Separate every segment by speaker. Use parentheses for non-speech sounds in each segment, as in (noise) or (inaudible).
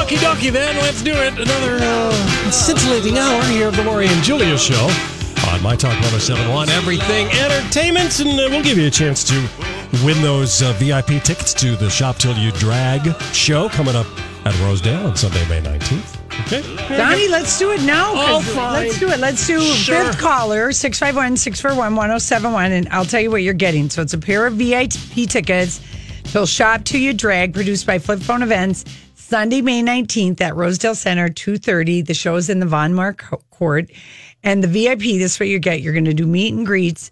Speaker 1: Okie dokie, then. Let's do it. Another uh, scintillating hour here of the Lori and Julia show on My Talk 1071. Everything entertainment. And uh, we'll give you a chance to win those uh, VIP tickets to the Shop Till You Drag show coming up at Rosedale on Sunday, May 19th. Okay.
Speaker 2: Donnie, let's do it now. 'cause
Speaker 1: Oh, fine.
Speaker 2: Let's do it. Let's do
Speaker 1: Sure.
Speaker 2: fifth caller, 651-641-1071, and I'll tell you what you're getting. So it's a pair of VIP tickets till Shop to Your Drag, produced by Flip Phone Events, Sunday, May 19th at Rosedale Center, 2.30. The show is in the Von Mark Court. And the VIP, this is what you get. You're going to do meet and greets,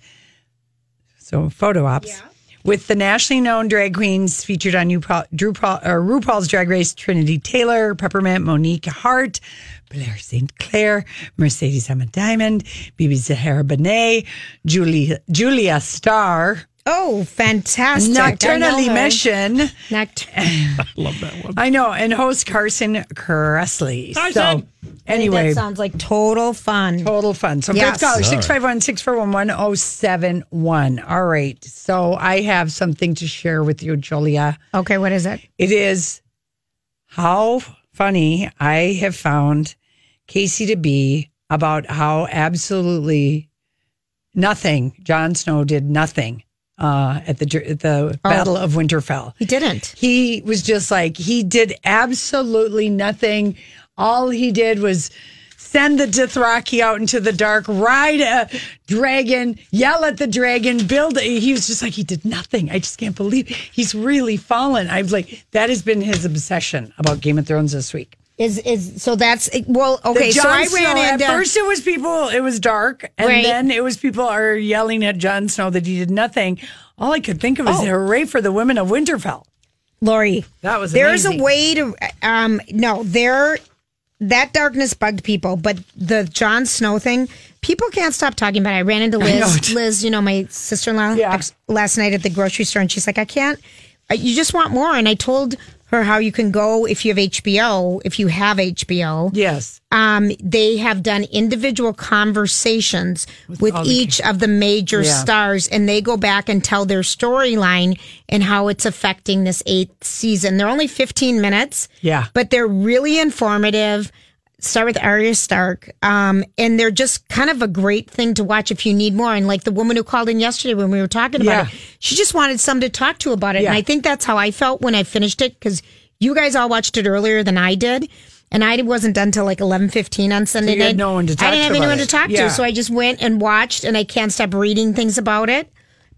Speaker 2: so photo ops. With the nationally known drag queens featured on RuPaul, Drew Paul, or RuPaul's Drag Race, Trinity Taylor, Peppermint, Monique Hart, Blair St. Clair, Mercedes Emma Diamond, Bibi Zahara Benet, Julie, Julia Starr,
Speaker 3: Oh, fantastic.
Speaker 2: Nocturnally Mission.
Speaker 3: Nocturnal.
Speaker 1: Love that one.
Speaker 2: I know, and host Carson Kressley. So,
Speaker 1: Carson!
Speaker 2: anyway,
Speaker 3: That sounds like total fun.
Speaker 2: total fun. So,
Speaker 3: um, Yes.
Speaker 2: fifth caller,
Speaker 1: All right.
Speaker 2: 651 641 1071. All right. So, I have something to share with you, Julia.
Speaker 3: Okay, what is it?
Speaker 2: It is how funny I have found Casey to be about how absolutely nothing Jon Snow did nothing uh, at the at the Battle of Winterfell.
Speaker 3: He didn't.
Speaker 2: He was just like he did absolutely nothing. All he did was send the Dothraki out into the dark, ride a dragon, yell at the dragon, build. A, he was just like he did nothing. I just can't believe he's really fallen. I've like that has been his obsession about Game of Thrones this week.
Speaker 3: Is is so that's well
Speaker 2: The
Speaker 3: okay. So
Speaker 2: Jon
Speaker 3: I
Speaker 2: Snow,
Speaker 3: ran
Speaker 2: at
Speaker 3: into
Speaker 2: first it was people. It was dark, and
Speaker 3: Right.
Speaker 2: then it was people are yelling at Jon Snow that he did nothing. All I could think of
Speaker 3: Oh.
Speaker 2: is hooray for the women of Winterfell.
Speaker 3: Lori.
Speaker 2: That was
Speaker 3: there's
Speaker 2: amazing.
Speaker 3: a way to um no there that darkness bugged people, but the Jon Snow thing people can't stop talking about. It. I ran into Liz, (laughs) Liz, you know my sister in law
Speaker 2: Yeah.
Speaker 3: last night at the grocery store, and she's like, I can't. I- You just want more, and I told her how you can go if you have HBO, if you have HBO.
Speaker 2: Yes.
Speaker 3: um, they have done individual conversations with, each of the major
Speaker 2: Yeah.
Speaker 3: stars, and they go back and tell their storyline and how it's affecting this eighth season. They're only 15 minutes,
Speaker 2: Yeah.
Speaker 3: but they're really informative. Start with Arya Stark, um, and they're just kind of a great thing to watch if you need more. And like the woman who called in yesterday when we were talking
Speaker 2: Yeah.
Speaker 3: about it, she just wanted some to talk to about it. And
Speaker 2: Yeah.
Speaker 3: I think that's how I felt when I finished it because you guys all watched it earlier than I did, and I wasn't done till like eleven fifteen on Sunday
Speaker 2: you had
Speaker 3: night.
Speaker 2: no one to talk
Speaker 3: I
Speaker 2: to
Speaker 3: didn't have
Speaker 2: about
Speaker 3: anyone
Speaker 2: it.
Speaker 3: to talk
Speaker 2: Yeah.
Speaker 3: to, so I just went and watched, and I can't stop reading things about it.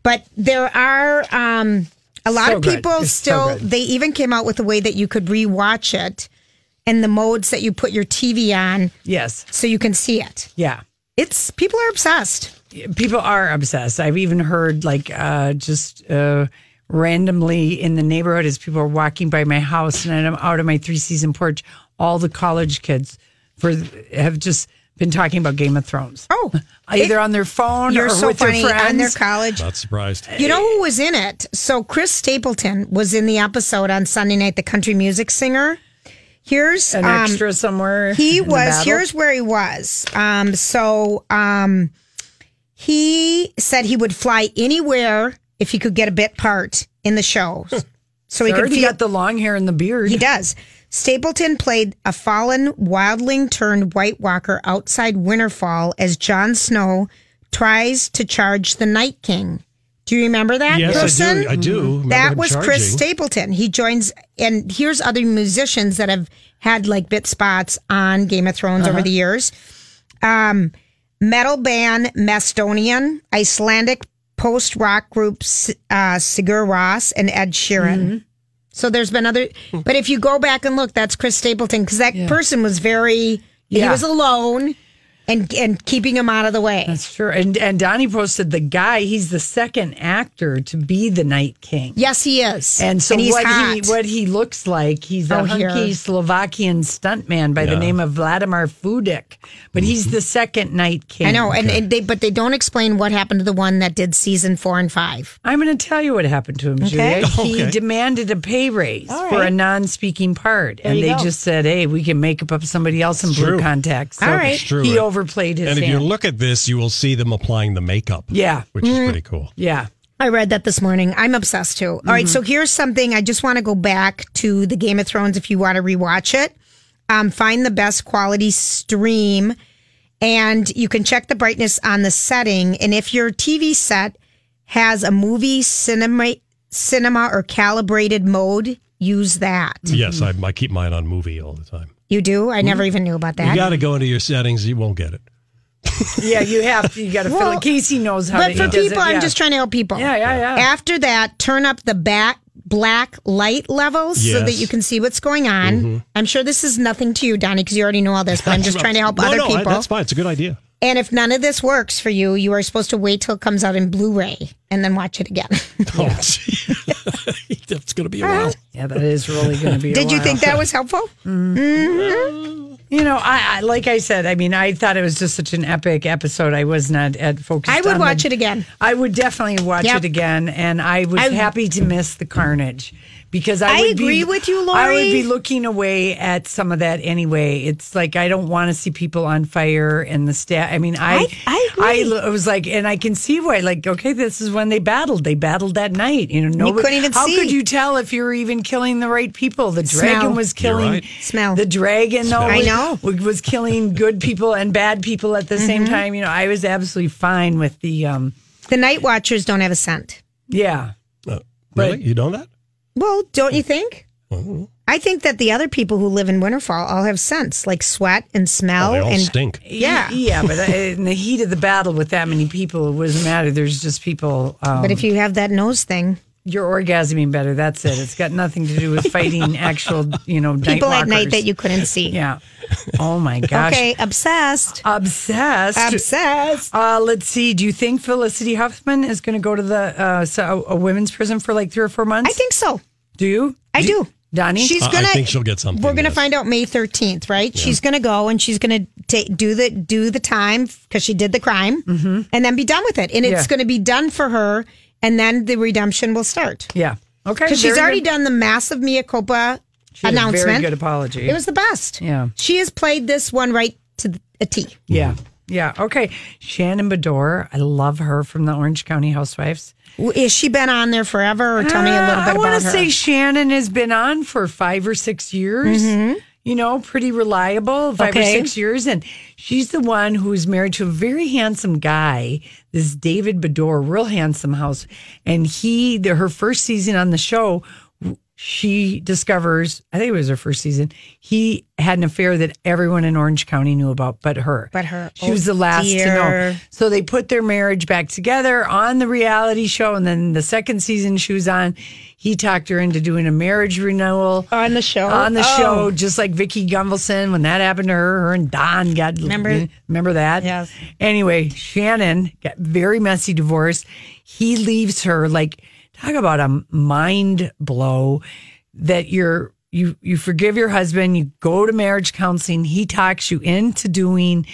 Speaker 3: But there are um, a lot
Speaker 2: So
Speaker 3: of
Speaker 2: good.
Speaker 3: people
Speaker 2: It's so
Speaker 3: still.
Speaker 2: good.
Speaker 3: they even came out with a way that you could rewatch it, and the modes that you put your TV on
Speaker 2: Yes.
Speaker 3: so you can see it.
Speaker 2: Yeah.
Speaker 3: It's people are obsessed.
Speaker 2: people are obsessed. I've even heard like uh, just uh, randomly in the neighborhood as people are walking by my house and I'm out on my three season porch, all the college kids for have just been talking about Game of Thrones.
Speaker 3: Oh,
Speaker 2: Either on their phone
Speaker 3: you're
Speaker 2: or (laughs)
Speaker 3: so
Speaker 2: with
Speaker 3: funny
Speaker 2: their friends.
Speaker 3: on their college.
Speaker 1: Not surprised.
Speaker 3: You know who was in it? So Chris Stapleton was in the episode on Sunday night, the country music singer. Here's
Speaker 2: an
Speaker 3: um,
Speaker 2: extra somewhere.
Speaker 3: He
Speaker 2: in the
Speaker 3: was.
Speaker 2: battle.
Speaker 3: Here's where he was. Um, so um, he said he would fly anywhere if he could get a bit part in the show, so he
Speaker 2: He
Speaker 3: could
Speaker 2: already
Speaker 3: feel
Speaker 2: got the long hair and the beard.
Speaker 3: he does. Stapleton played a fallen wildling turned White Walker outside Winterfall as Jon Snow tries to charge the Night King Do you remember that
Speaker 1: Yes, I do.
Speaker 3: person?
Speaker 1: I do remember
Speaker 3: That
Speaker 1: him
Speaker 3: was Chris
Speaker 1: charging.
Speaker 3: Stapleton. He joins, and here's other musicians that have had like bit spots on Game of Thrones
Speaker 2: Uh-huh.
Speaker 3: over the years. Um, metal band Mastonian, Icelandic post rock group S- uh, Sigur Rós, and Ed Sheeran.
Speaker 2: Mm-hmm.
Speaker 3: So there's been other,
Speaker 2: Hmm.
Speaker 3: but if you go back and look, that's Chris Stapleton because that person was very, he
Speaker 2: Yeah.
Speaker 3: was alone, and and keeping him out of the way.
Speaker 2: That's true. And and Donnie posted the guy. He's the second actor to be the Night King.
Speaker 3: Yes, he is.
Speaker 2: And so
Speaker 3: he's
Speaker 2: what
Speaker 3: hot.
Speaker 2: he what he looks like, he's a
Speaker 3: Oh, here.
Speaker 2: hunky Slovakian stuntman by the name of Vladimir Fudik, but
Speaker 1: Mm-hmm.
Speaker 2: he's the second Night King.
Speaker 3: I know, and, and they but they don't explain what happened to the one that did season four and five.
Speaker 2: I'm going to tell you what happened to him,
Speaker 3: (laughs)
Speaker 2: Julia. He
Speaker 1: Okay.
Speaker 2: demanded a pay raise for a non-speaking part, and they just said, "Hey, we can make up somebody else in blue
Speaker 1: true.
Speaker 2: contacts." So
Speaker 3: All right. It's
Speaker 1: true.
Speaker 2: he overplayed his
Speaker 1: And if you
Speaker 2: hand.
Speaker 1: look at this, you will see them applying the makeup.
Speaker 2: Yeah. Mm.
Speaker 1: Which is pretty cool.
Speaker 2: yeah,
Speaker 3: I read that this morning. I'm obsessed too. All right, so here's something. I just want to go back to the Game of Thrones if you want to rewatch it. Um, find the best quality stream, and you can check the brightness on the setting. And if your TV set has a movie cinema, cinema or calibrated mode, use that.
Speaker 1: Yes, I, I keep mine on movie all the time.
Speaker 3: You do? I never even knew about that.
Speaker 1: You got to go into your settings. You won't get it.
Speaker 2: yeah. You have to. You got to fill
Speaker 3: Well,
Speaker 2: it. Casey knows how.
Speaker 3: but
Speaker 2: to,
Speaker 3: for
Speaker 2: he does it,
Speaker 3: people, I'm
Speaker 2: yeah.
Speaker 3: just trying to help people.
Speaker 2: Yeah, yeah, yeah.
Speaker 3: After that, turn up the back black light levels so that
Speaker 1: Yes. Mm-hmm.
Speaker 3: you can see what's going on. I'm sure this is nothing to you, Donnie, because you already know all this, but
Speaker 1: (laughs)
Speaker 3: I'm just trying to help
Speaker 1: No,
Speaker 3: other
Speaker 1: no, I-
Speaker 3: people.
Speaker 1: that's fine. It's a good idea.
Speaker 3: and if none of this works for you, you are supposed to wait till it comes out in Blu-ray and then watch it again. (laughs)
Speaker 1: Oh, gee. (laughs) that's going to be a
Speaker 3: Uh-huh.
Speaker 1: while.
Speaker 2: Yeah, that is really going to be. a
Speaker 3: Did you
Speaker 2: while.
Speaker 3: think that was
Speaker 2: (laughs)
Speaker 3: helpful?
Speaker 2: You know, I, I like I said. I mean, I thought it was just such an epic episode. I was not at focused.
Speaker 3: I would
Speaker 2: on
Speaker 3: watch
Speaker 2: the-
Speaker 3: it again.
Speaker 2: I would definitely watch
Speaker 3: Yep.
Speaker 2: it again, and I was
Speaker 3: I-
Speaker 2: happy to miss the carnage because I,
Speaker 3: I
Speaker 2: would be-
Speaker 3: agree with you,
Speaker 2: I would
Speaker 3: Lori.
Speaker 2: be looking away at some of that anyway. It's like I don't want to see people on fire and the stat. I mean, I
Speaker 3: I agree.
Speaker 2: I, was like, and I can see why. Like, okay, this is when they battled. They battled that night. You know, no,
Speaker 3: couldn't even
Speaker 2: how
Speaker 3: see.
Speaker 2: could you tell if you were even killing the right people? The dragon
Speaker 3: Smell.
Speaker 2: was killing
Speaker 1: right.
Speaker 3: Smell.
Speaker 2: the dragon. Though
Speaker 3: I
Speaker 2: was-
Speaker 3: know. Mm-hmm.
Speaker 2: was, was killing good people and bad people at the same time. You know, I was absolutely fine with the um
Speaker 3: The Night Watchers don't have a scent.
Speaker 2: yeah.
Speaker 1: Uh, really?
Speaker 2: But-
Speaker 1: you know that?
Speaker 3: Well, don't you think?
Speaker 1: Oh,
Speaker 3: I think that the other people who live in Winterfell all have scents like sweat and smell
Speaker 1: Oh, they all
Speaker 3: and
Speaker 1: stink.
Speaker 3: Yeah.
Speaker 2: Y- yeah, but uh, in the heat of the battle with that many people, it doesn't matter. There's just people. Um,
Speaker 3: but if you have that nose thing,
Speaker 2: you're orgasming better, that's it. It's got nothing to do with fighting actual, you know,
Speaker 3: people at night
Speaker 2: walkers.
Speaker 3: that you couldn't see.
Speaker 2: Yeah. Oh my gosh.
Speaker 3: Okay, obsessed.
Speaker 2: Obsessed.
Speaker 3: Obsessed.
Speaker 2: Uh, let's see. Do you think Felicity Huffman is going to go to the uh, so, a women's prison for like three or four months?
Speaker 3: I think so.
Speaker 2: Do you?
Speaker 3: I do.
Speaker 2: Donnie?
Speaker 3: She's
Speaker 1: Uh, I- I
Speaker 3: gonna.
Speaker 1: think she'll get something,
Speaker 3: We're gonna
Speaker 1: yes.
Speaker 3: find out May thirteenth, right? She's gonna go and she's gonna take do the do the time because she did the crime, and then be done with it. And it's
Speaker 2: Mm-hmm. Yeah.
Speaker 3: gonna be done for her, and then the redemption will start.
Speaker 2: Yeah. Okay.
Speaker 3: Because she's
Speaker 2: very
Speaker 3: already
Speaker 2: good.
Speaker 3: done the massive mea culpa
Speaker 2: She had a
Speaker 3: announcement.
Speaker 2: Very good apology.
Speaker 3: It was the best.
Speaker 2: Yeah.
Speaker 3: she has played this one right to the- a T.
Speaker 2: yeah. Yeah. Okay. Shannon Bedore. I love her from the Orange County Housewives.
Speaker 3: Is she been on there forever? Or tell me a little
Speaker 2: Uh,
Speaker 3: bit
Speaker 2: I
Speaker 3: about
Speaker 2: want
Speaker 3: her.
Speaker 2: to say Shannon has been on for five or six years. You know, pretty reliable, five
Speaker 3: Mm-hmm. Okay.
Speaker 2: or six years. And she's the one who is married to a very handsome guy, this David Bedore, real handsome house. And he, the, her first season on the show, she discovers, I think it was her first season, he had an affair that everyone in Orange County knew about but her.
Speaker 3: But her.
Speaker 2: She
Speaker 3: Oh,
Speaker 2: was the last to know.
Speaker 3: dear.
Speaker 2: So they put their marriage back together on the reality show. And then the second season she was on, he talked her into doing a marriage renewal.
Speaker 3: On the show?
Speaker 2: On the
Speaker 3: Oh.
Speaker 2: show, just like Vicky Gunvalson. When that happened to her, her and Don got
Speaker 3: Remember?
Speaker 2: remember that?
Speaker 3: Yes.
Speaker 2: Anyway, Shannon got very messy divorce. He leaves her like talk about a mind blow that you're you you forgive your husband, you go to marriage counseling, he talks you into doing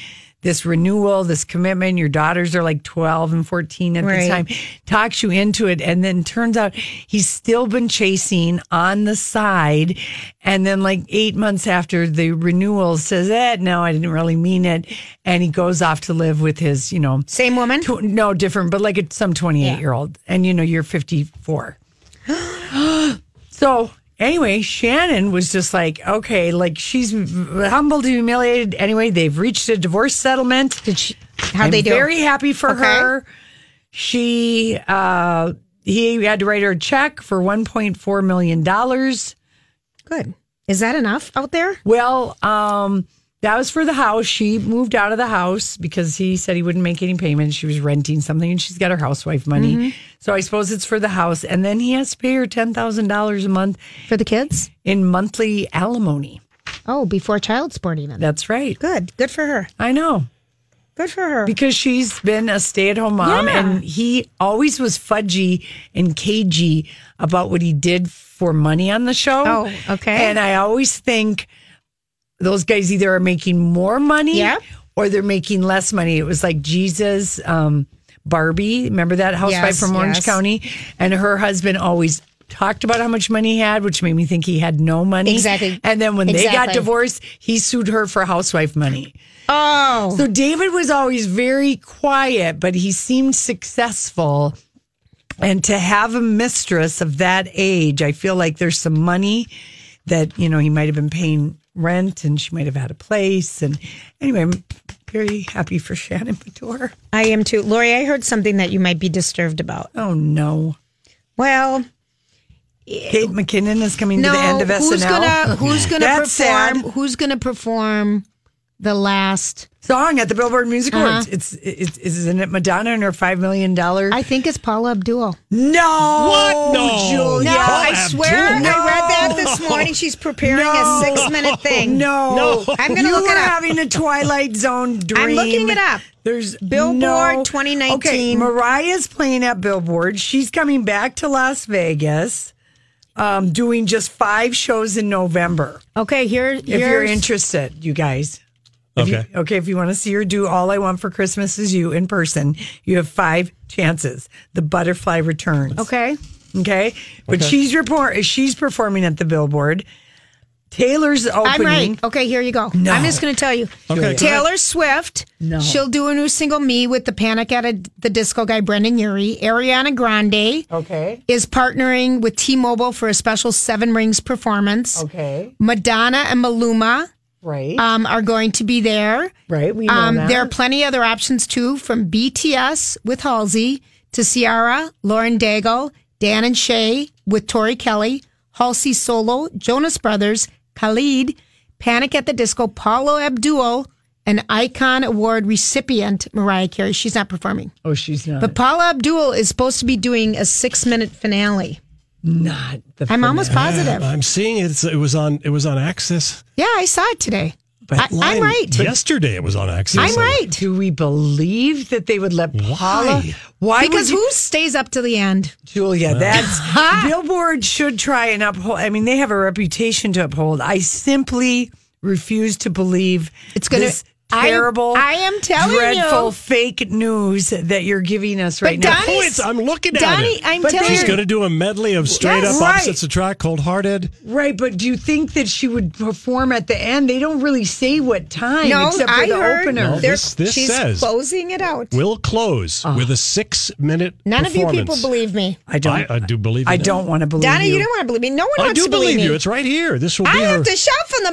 Speaker 2: this renewal, this commitment. Your daughters are like 12 and 14 at
Speaker 3: Right.
Speaker 2: the time. Talks you into it and then turns out he's still been chasing on the side and then like 8 months after the renewal says, "Eh, no, I didn't really mean it." And he goes off to live with his, you know,
Speaker 3: Same woman.
Speaker 2: tw- no different, but like it's some 28
Speaker 3: Yeah.
Speaker 2: year old, and you know, you're 54. (gasps) so, anyway, Shannon was just like, okay, like she's humbled, humiliated. Anyway, they've reached a divorce settlement.
Speaker 3: Did she? How
Speaker 2: I'm
Speaker 3: they do?
Speaker 2: Very happy for
Speaker 3: Okay.
Speaker 2: her. She uh, he had to write her a check for 1.4 million dollars.
Speaker 3: Good. Is that enough out there?
Speaker 2: Well, um, that was for the house. She moved out of the house because he said he wouldn't make any payments. She was renting something and she's got her housewife money.
Speaker 3: Mm-hmm.
Speaker 2: So I suppose it's for the house. And then he has to pay her $10,000 a month
Speaker 3: For the kids?
Speaker 2: in monthly alimony.
Speaker 3: Oh, before child support even.
Speaker 2: That's right.
Speaker 3: Good. Good for her.
Speaker 2: I know.
Speaker 3: Good for her.
Speaker 2: Because she's been a stay at home mom and he always was fudgy and cagey about what he did for money on the show.
Speaker 3: Oh, okay.
Speaker 2: And I always think those guys either are making more money
Speaker 3: Yep.
Speaker 2: or they're making less money. It was like Jesus, um, Barbie, remember that housewife
Speaker 3: Yes,
Speaker 2: from Orange
Speaker 3: yes.
Speaker 2: County? And her husband always talked about how much money he had, which made me think he had no money.
Speaker 3: Exactly.
Speaker 2: And then when they got
Speaker 3: Exactly.
Speaker 2: divorced, he sued her for housewife money.
Speaker 3: oh,
Speaker 2: So David was always very quiet, but he seemed successful. And to have a mistress of that age, I feel like there's some money that, you know, he might have been paying rent and she might have had a place. And anyway, I'm very happy for Shannon Pator.
Speaker 3: I am too. Lori, I heard something that you might be disturbed about.
Speaker 2: Oh, no.
Speaker 3: Well,
Speaker 2: Kate McKinnon is coming to the end of SNL.
Speaker 3: who's gonna who's gonna perform?
Speaker 2: That's sad.
Speaker 3: Who's gonna perform the last?
Speaker 2: Song at the Billboard Music
Speaker 3: Uh-huh.
Speaker 2: Awards. It's, it's, isn't it Madonna and her $5 million?
Speaker 3: I think it's Paula Abdul.
Speaker 2: no.
Speaker 1: What? No.
Speaker 2: Julia.
Speaker 1: No, Paula
Speaker 3: I swear,
Speaker 1: Abdul.
Speaker 3: I read that this morning. She's preparing
Speaker 2: No.
Speaker 3: a six-minute thing.
Speaker 2: No,
Speaker 1: No.
Speaker 3: I'm gonna
Speaker 2: you
Speaker 3: look it
Speaker 2: were
Speaker 3: up.
Speaker 2: having a Twilight Zone dream.
Speaker 3: looking it up.
Speaker 2: There's
Speaker 3: Billboard
Speaker 2: no-
Speaker 3: 2019.
Speaker 2: Okay, Mariah's playing at Billboard. She's coming back to Las Vegas, um, doing just five shows in November.
Speaker 3: Okay, here,
Speaker 2: If you're interested, you guys.
Speaker 1: Okay.
Speaker 2: Okay, if you want to see her do All I Want for Christmas Is You in person, you have five chances. The butterfly returns.
Speaker 3: Okay,
Speaker 2: Okay. But she's report she's performing at the Billboard. Taylor's opening.
Speaker 3: I'm right. Okay, here you go. I'm just going to tell you.
Speaker 1: Okay, go
Speaker 3: Taylor Swift.
Speaker 2: No.
Speaker 3: She'll do a new single, "Me," with the Panic at a, the Disco guy Brendan Urie. Ariana Grande
Speaker 2: Okay.
Speaker 3: is partnering with T-Mobile for a special Seven Rings performance.
Speaker 2: Okay.
Speaker 3: Madonna and Maluma
Speaker 2: Right.
Speaker 3: um, are going to be there.
Speaker 2: right. We know
Speaker 3: Um,
Speaker 2: that.
Speaker 3: there are plenty other options too, from BTS with Halsey to Ciara, Lauren Daigle, Dan and Shay with Tori Kelly, Halsey Solo, Jonas Brothers, Khalid, Panic at the Disco, Paulo Abdul, and Icon Award recipient Mariah Carey. She's not performing,
Speaker 2: oh, she's not.
Speaker 3: but Paula Abdul is supposed to be doing a six-minute finale.
Speaker 2: not the.
Speaker 3: I'm almost positive.
Speaker 1: I'm seeing it. It's- It was on. It was on Access.
Speaker 3: Yeah, I saw it today. I,
Speaker 1: Line-
Speaker 3: I'm right.
Speaker 1: Yesterday it was on Access.
Speaker 3: I'm right.
Speaker 2: Do we believe that they would let Paula?
Speaker 1: Why?
Speaker 2: Why?
Speaker 3: Because
Speaker 2: would you-
Speaker 3: who stays up to the end?
Speaker 2: Julia?
Speaker 3: (laughs)
Speaker 2: That's Billboard should try and uphold. I mean, they have a reputation to uphold. I simply refuse to believe
Speaker 3: It's gonna-
Speaker 2: this
Speaker 3: I-
Speaker 2: terrible.
Speaker 3: I am telling you.
Speaker 2: dreadful fake news that you're giving us right now.
Speaker 3: Donnie's-
Speaker 1: Oh, it's, I'm looking
Speaker 3: Donnie,
Speaker 1: at it.
Speaker 3: I'm
Speaker 2: But
Speaker 3: telling
Speaker 2: there's
Speaker 1: She's
Speaker 3: you.
Speaker 1: going to do a medley of straight
Speaker 2: Yes,
Speaker 1: up
Speaker 2: right.
Speaker 1: opposites attract, cold hearted.
Speaker 2: Right, but do you think that she would perform at the end? They don't really say what time
Speaker 3: No,
Speaker 2: except for
Speaker 3: I
Speaker 2: the
Speaker 3: heard
Speaker 2: opener.
Speaker 1: No,
Speaker 3: they're-
Speaker 1: this- this
Speaker 3: she's
Speaker 1: says-
Speaker 3: closing it out.
Speaker 1: Will close with a six minute.
Speaker 3: Oh. None of you people believe me.
Speaker 2: I don't.
Speaker 1: I, I do believe.
Speaker 2: I
Speaker 1: in it.
Speaker 2: don't want to believe
Speaker 3: Donna, you
Speaker 2: you
Speaker 3: don't want to believe me. No one
Speaker 1: I
Speaker 3: wants
Speaker 1: do
Speaker 3: to believe,
Speaker 1: believe
Speaker 3: me.
Speaker 1: you. It's right here. This will be
Speaker 3: I
Speaker 1: her.
Speaker 3: have to shout from the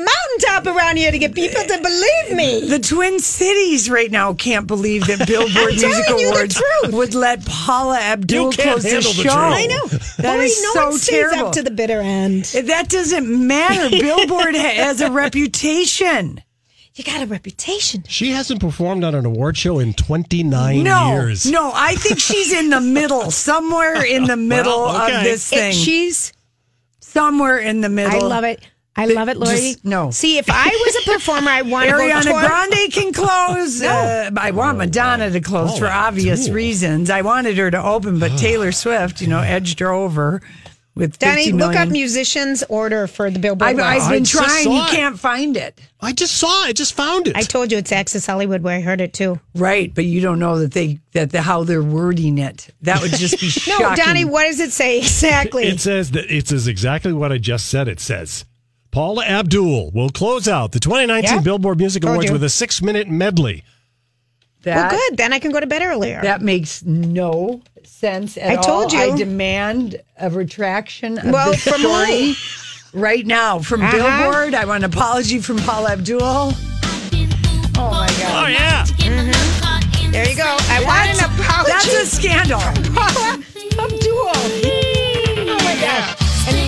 Speaker 3: mountaintop around here to get people to believe me.
Speaker 2: The Twin Cities right now can't believe
Speaker 3: (laughs)
Speaker 2: that Billboard
Speaker 3: telling
Speaker 2: Music
Speaker 3: you the
Speaker 2: Awards
Speaker 3: truth.
Speaker 2: would let Paula
Speaker 1: You
Speaker 2: Abdul
Speaker 1: can't
Speaker 2: close the
Speaker 1: handle the
Speaker 2: show.
Speaker 1: truth. I
Speaker 3: No,
Speaker 1: know.
Speaker 2: That
Speaker 3: Lori,
Speaker 2: is
Speaker 3: no
Speaker 2: so
Speaker 3: one stays
Speaker 2: terrible.
Speaker 3: up to the bitter end.
Speaker 2: that doesn't matter.
Speaker 3: (laughs)
Speaker 2: Billboard ha- has a reputation.
Speaker 3: You got a reputation.
Speaker 1: She hasn't performed on an award show in 29
Speaker 2: No,
Speaker 1: years.
Speaker 2: no, I think she's in the middle, somewhere
Speaker 1: (laughs)
Speaker 2: in the middle
Speaker 1: okay.
Speaker 2: of this
Speaker 3: It-
Speaker 2: thing.
Speaker 3: she's.
Speaker 2: somewhere in the middle.
Speaker 3: I love it. I love it, Lori.
Speaker 2: just- no.
Speaker 3: See, if I was a performer, I want to go
Speaker 2: Ariana
Speaker 3: tour. (laughs)
Speaker 2: Grande can close. Uh, I want Madonna to close for obvious reasons. I wanted her to open, but Taylor Swift, you know, edged her over with
Speaker 3: Donnie,
Speaker 2: 50
Speaker 3: look up
Speaker 2: million.
Speaker 3: musicians order for the Billboard.
Speaker 2: I've, I've
Speaker 3: Awards.
Speaker 2: been
Speaker 1: just
Speaker 2: trying.
Speaker 1: saw
Speaker 2: You
Speaker 1: it.
Speaker 2: can't find it.
Speaker 1: I just saw. it. I just found it.
Speaker 3: I told you it's Access Hollywood where I heard it too.
Speaker 2: Right, but you don't know that they that the, how they're wording it. That would just be
Speaker 3: (laughs) No,
Speaker 2: shocking.
Speaker 3: Donnie, what does it say exactly?
Speaker 1: It says that it says exactly what I just said. It says Paula Abdul will close out the 2019
Speaker 3: Yeah.
Speaker 1: Billboard Music
Speaker 3: Told
Speaker 1: Awards
Speaker 3: you.
Speaker 1: with a six-minute medley.
Speaker 3: well,
Speaker 2: that,
Speaker 3: good. Then I can go to bed earlier.
Speaker 2: That makes no sense at
Speaker 3: I
Speaker 2: all.
Speaker 3: told you.
Speaker 2: I demand a retraction of
Speaker 3: Well,
Speaker 2: this
Speaker 3: from who?
Speaker 2: story right now from
Speaker 3: Uh-huh.
Speaker 2: Billboard. I want an apology from Paul Abdul.
Speaker 4: Oh my god.
Speaker 1: Oh yeah.
Speaker 4: Mm-hmm.
Speaker 3: There you go. I want an apology.
Speaker 4: That's a
Speaker 2: (laughs)
Speaker 4: scandal.
Speaker 3: a duo. Oh my gosh.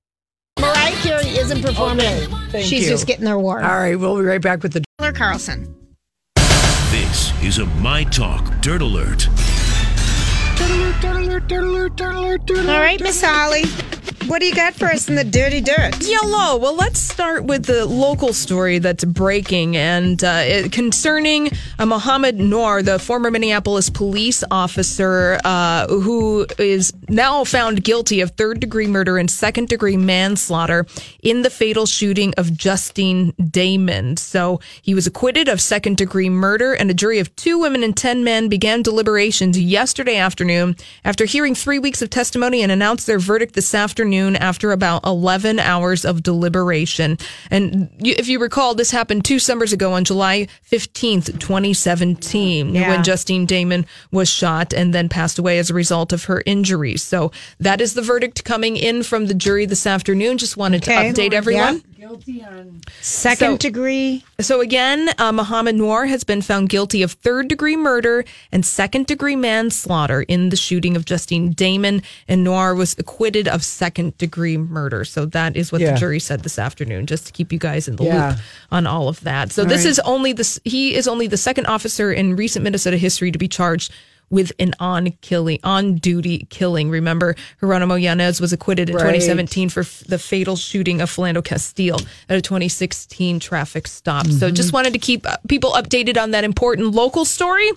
Speaker 3: Mariah Carey isn't performing.
Speaker 4: Thank
Speaker 3: She's
Speaker 4: you.
Speaker 3: just getting her award.
Speaker 4: All right, we'll be right back with the
Speaker 3: Taylor Carlson.
Speaker 5: This is a My Talk Dirt Alert.
Speaker 3: All right, Miss Holly. What do you got for us in the dirty dirt?
Speaker 2: Hello. Well, let's start with the local story that's breaking and uh, it, concerning uh, Mohammed Noor, the former Minneapolis police officer uh, who is now found guilty of third degree murder and second degree manslaughter in the fatal shooting of Justine Damon. So he was acquitted of second degree murder, and a jury of two women and 10 men began deliberations yesterday afternoon after hearing three weeks of testimony and announced their verdict this afternoon after about 11 hours of deliberation. And you, if you recall, this happened two summers ago on July 15th, 2017, when Justine Damon was shot and then passed away as a result of her injuries. So that is the verdict coming in from the jury this afternoon. Just wanted
Speaker 3: Okay.
Speaker 2: to update everyone.
Speaker 3: Second
Speaker 2: So-
Speaker 3: degree.
Speaker 2: So again, uh, Mohammed Noor has been found guilty of third degree murder and second degree manslaughter in the shooting of Justine Damon, and Noor was acquitted of second degree murder. So that is what
Speaker 4: Yeah.
Speaker 2: the jury said this afternoon, just to keep you guys in the
Speaker 4: Yeah.
Speaker 2: loop on all of that. So this is only this he is only the second officer in recent Minnesota history to be charged. With an on killing, on duty killing. Remember, Geronimo Yanez was acquitted in
Speaker 4: Right.
Speaker 2: 2017 for f- the fatal shooting of Philando Castile at a 2016 traffic stop. So just wanted to keep uh, people updated on that important local story.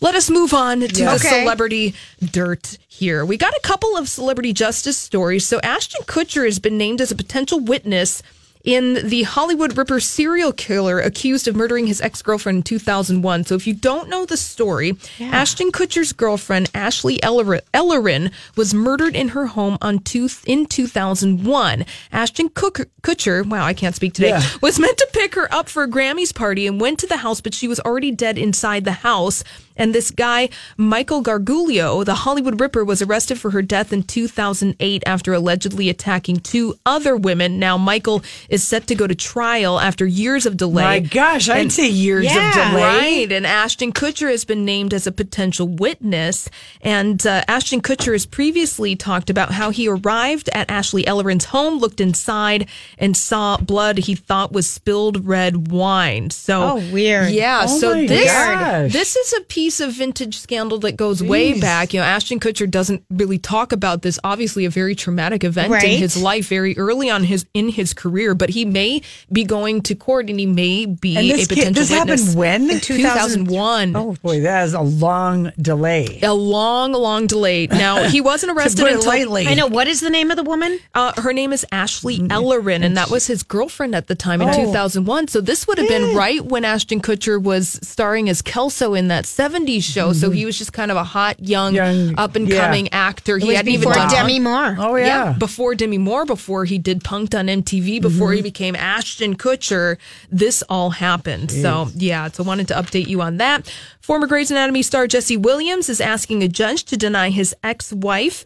Speaker 2: Let us move on to the
Speaker 3: Okay.
Speaker 2: celebrity dirt here. We got a couple of celebrity justice stories. So Ashton Kutcher has been named as a potential witness in the Hollywood Ripper serial killer accused of murdering his ex girlfriend in 2001. So, if you don't know the story, Ashton Kutcher's girlfriend, Ashley Eller- Ellerin, was murdered in her home on two- in 2001. Ashton Cook- Kutcher, wow, I can't speak today, was meant to pick her up for a Grammys party and went to the house, but she was already dead inside the house. And this guy, Michael Garguglio, the Hollywood Ripper, was arrested for her death in 2008 after allegedly attacking two other women. Now, Michael is set to go to trial after years of delay.
Speaker 4: My gosh, I'd
Speaker 2: And-
Speaker 4: say years of
Speaker 3: Yeah.
Speaker 4: delay.
Speaker 2: Right. And Ashton Kutcher has been named as a potential witness. And uh, Ashton Kutcher has previously talked about how he arrived at Ashley Ellerin's home, looked inside, and saw blood he thought was spilled red wine. So
Speaker 3: Oh, weird.
Speaker 2: Yeah.
Speaker 4: Oh
Speaker 2: so
Speaker 4: my
Speaker 2: this
Speaker 4: gosh.
Speaker 2: this is a piece of vintage scandal that goes way back. You know, Ashton Kutcher doesn't really talk about this. Obviously, a very traumatic event
Speaker 3: Right.
Speaker 2: in his life, very early on his in his career. But he may be going to court, and he may be
Speaker 4: And this,
Speaker 2: a
Speaker 4: kid,
Speaker 2: potential
Speaker 4: this
Speaker 2: witness.
Speaker 4: happened when?
Speaker 2: 2001.
Speaker 4: Oh, boy, that is a long delay.
Speaker 2: A long, long delay. Now he wasn't arrested
Speaker 4: put it
Speaker 2: until
Speaker 4: lightly. Mm-hmm.
Speaker 3: I know. What is the name of the woman?
Speaker 2: Uh, her name is Ashley Ellerin, and that was his girlfriend at the time
Speaker 4: Oh.
Speaker 2: in 2001. So this would have been right when Ashton Kutcher was starring as Kelso in that 70s show. So he was just kind of a hot, young,
Speaker 4: Mm-hmm. Young,
Speaker 2: up and
Speaker 4: yeah.
Speaker 2: coming actor. He hadn't even
Speaker 3: Before
Speaker 2: done
Speaker 3: Demi Moore.
Speaker 4: Oh, yeah.
Speaker 2: yeah. before Demi Moore, before he did Punked on MTV, before he became Ashton Kutcher, this all happened. So, yeah, so wanted to update you on that. Former Grey's Anatomy star Jesse Williams is asking a judge to deny his ex wife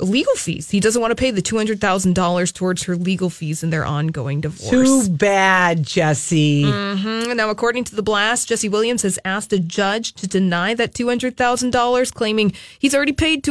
Speaker 2: legal fees. He doesn't want to pay the $200,000 towards her legal fees in their ongoing divorce.
Speaker 4: Too bad, Ah, Jesse.
Speaker 2: Now, according to the blast, Jesse Williams has asked a judge to deny that $200,000, claiming he's already paid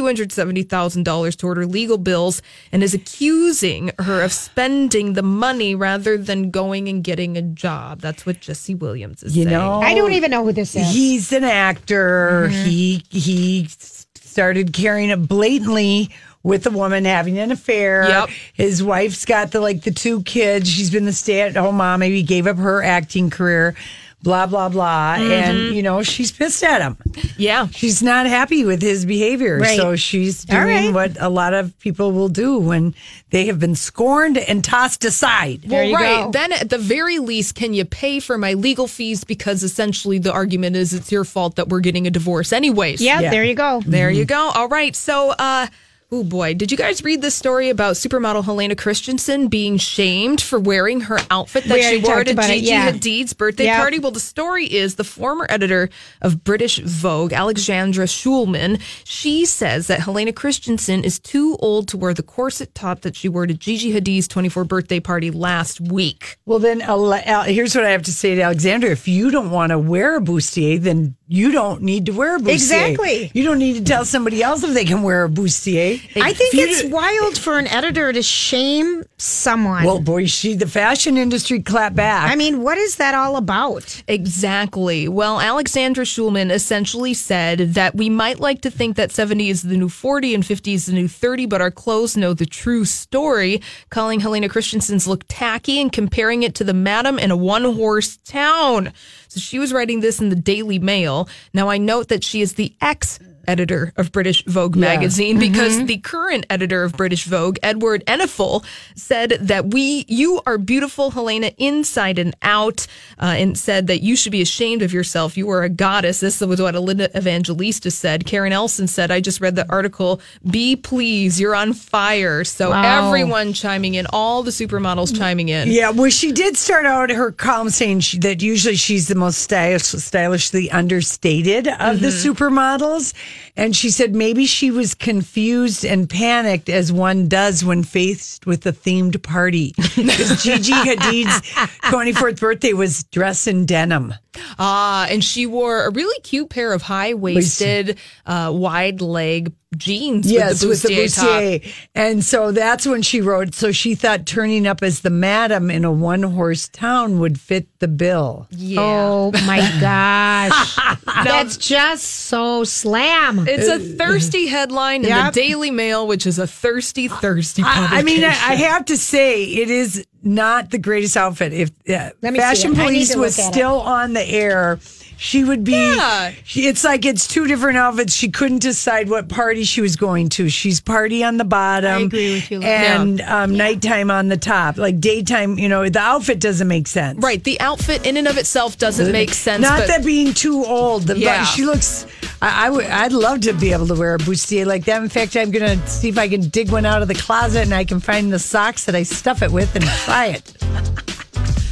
Speaker 2: $270,000 toward her legal bills and is accusing her of spending the money rather than going and getting a job. That's what Jesse Williams is
Speaker 4: You
Speaker 2: saying.
Speaker 4: know,
Speaker 3: I don't even know who this is.
Speaker 4: he's an actor. He he s- started carrying it blatantly with a woman having an affair.
Speaker 2: Yep.
Speaker 4: His wife's got the like the two kids. She's been the stay at home mom. Maybe gave up her acting career. Blah blah blah.
Speaker 3: Mm-hmm.
Speaker 4: And you know she's pissed at him.
Speaker 2: Yeah.
Speaker 4: She's not happy with his behavior.
Speaker 3: Right.
Speaker 4: So she's
Speaker 3: All
Speaker 4: doing
Speaker 3: right.
Speaker 4: what a lot of people will do when they have been scorned and tossed aside.
Speaker 2: Well,
Speaker 3: you
Speaker 2: right.
Speaker 3: go.
Speaker 2: Then at the very least, can you pay for my legal fees? Because essentially the argument is it's your fault that we're getting a divorce anyways.
Speaker 3: Yeah,
Speaker 4: Yeah.
Speaker 3: there you go.
Speaker 2: There you go. All right. So, uh, oh boy, did you guys read this story about supermodel Helena Christensen being shamed for wearing her outfit that
Speaker 3: We
Speaker 2: she
Speaker 3: already
Speaker 2: wore
Speaker 3: talked
Speaker 2: to
Speaker 3: about it,
Speaker 2: Gigi
Speaker 3: yeah.
Speaker 2: Hadid's birthday
Speaker 3: Yeah.
Speaker 2: party? Well, the story is the former editor of British Vogue, Alexandra Schulman, she says that Helena Christensen is too old to wear the corset top that she wore to Gigi Hadid's 24 birthday party last week.
Speaker 4: Well, then Ale- Al- here's what I have to say to Alexandra. If you don't want to wear a bustier, then you don't need to wear a bustier.
Speaker 3: Exactly.
Speaker 4: You don't need to tell somebody else if they can wear a bustier.
Speaker 3: I think
Speaker 4: If you
Speaker 3: it's
Speaker 4: do-
Speaker 3: wild for an editor to shame someone.
Speaker 4: Well, boy, she the fashion industry clap back.
Speaker 3: I mean, what is that all about?
Speaker 2: Exactly. Well, Alexandra Schulman essentially said that we might like to think that 70 is the new 40 and 50 is the new 30, but our clothes know the true story, calling Helena Christensen's look tacky and comparing it to the madam in a one horse town. So she was writing this in the Daily Mail. Now, I note that she is the ex editor of British Vogue magazine because the current editor of British Vogue, Edward Ennefel, said that we you are beautiful, Helena, inside and out, uh, and said that you should be ashamed of yourself. You are a goddess. This was what Linda Evangelista said. Karen Elson said, "I just read the article. Be please, you're on fire." So everyone chiming in, all the supermodels chiming in.
Speaker 4: yeah, well, she did start out her column saying she, that usually she's the most stylish, stylishly understated of the supermodels, and she said maybe she was confused and panicked as one does when faced with a themed party. 'Cause Gigi Hadid's twenty fourth birthday was dress in denim.
Speaker 2: Ah, and she wore a really cute pair of high waisted, uh, wide leg jeans.
Speaker 4: Yes,
Speaker 2: with the bustier, top.
Speaker 4: bustier. And so that's when she wrote. So she thought turning up as the madam in a one horse town would fit the bill.
Speaker 2: Yeah.
Speaker 3: Oh
Speaker 4: (laughs)
Speaker 3: my gosh. That's just so slam.
Speaker 2: It's a thirsty headline in the
Speaker 3: Yep.
Speaker 2: Daily Mail, which is a thirsty, thirsty publication.
Speaker 4: I, I mean, I, I have to say, it is not the greatest outfit. If uh,
Speaker 3: Let me see
Speaker 4: Fashion
Speaker 3: it. I need
Speaker 4: Police
Speaker 3: to look
Speaker 4: was
Speaker 3: at it.
Speaker 4: still on the air, she would be.
Speaker 2: Yeah.
Speaker 4: She, it's like it's two different outfits. She couldn't decide what party she was going to. She's party on the bottom. I agree with you. And um, nighttime on the top. Like daytime, you know, the outfit doesn't make sense.
Speaker 2: right. The outfit in and of itself doesn't make sense.
Speaker 4: Not
Speaker 2: but
Speaker 4: that being too old, the-
Speaker 2: Yeah.
Speaker 4: but she looks. I, I would. I'd love to be able to wear a bustier like that. In fact, I'm gonna see if I can dig one out of the closet and I can find the socks that I stuff it with and try it.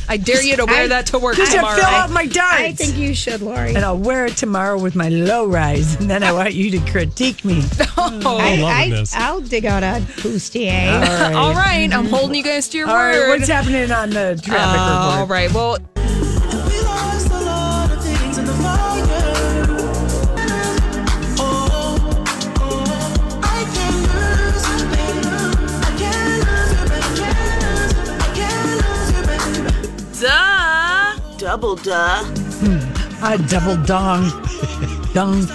Speaker 2: I dare you to wear
Speaker 3: I-
Speaker 2: that to work
Speaker 4: Just to
Speaker 2: tomorrow.
Speaker 4: fill out my
Speaker 3: I
Speaker 4: darts.
Speaker 3: think you should, Lori.
Speaker 4: and I'll wear it tomorrow with my low rise, and then I want you to critique me.
Speaker 2: Oh.
Speaker 1: I'm loving
Speaker 3: I,
Speaker 1: this.
Speaker 3: I'll dig out a bustier.
Speaker 2: All right, I'm holding you guys to your
Speaker 4: All
Speaker 2: word. Oh.
Speaker 4: right, what's happening on the traffic
Speaker 2: All
Speaker 4: report?
Speaker 2: right, well, duh.
Speaker 4: I double dong, dong,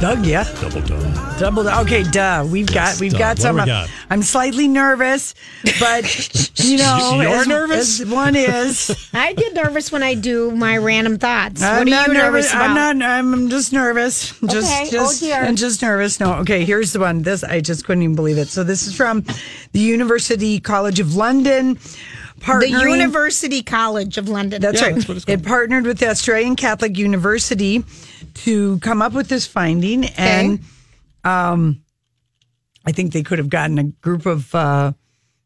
Speaker 4: dug ya.
Speaker 1: Double done.
Speaker 4: Double. Okay, duh. We've got we've
Speaker 1: duh.
Speaker 4: got
Speaker 1: What
Speaker 4: some. uh,
Speaker 1: we got?
Speaker 4: I'm slightly nervous, but
Speaker 1: (laughs)
Speaker 4: you know,
Speaker 1: You're
Speaker 4: as-
Speaker 1: nervous?
Speaker 4: as one is.
Speaker 3: (laughs) I get nervous when I do my random thoughts.
Speaker 4: I'm
Speaker 3: what are
Speaker 4: not
Speaker 3: you nervous, about?
Speaker 4: I'm not. I'm just nervous. Just,
Speaker 3: Okay. Oh,
Speaker 4: just,
Speaker 3: dear.
Speaker 4: I'm just nervous. No. Okay. Here's the one. This I just couldn't even believe it. So this is from the University College of London.
Speaker 3: the
Speaker 4: Partnering,
Speaker 3: University College of London.
Speaker 4: That's right. it partnered with the Australian Catholic University to come up with this finding, and um, I think they could have gotten a group of uh,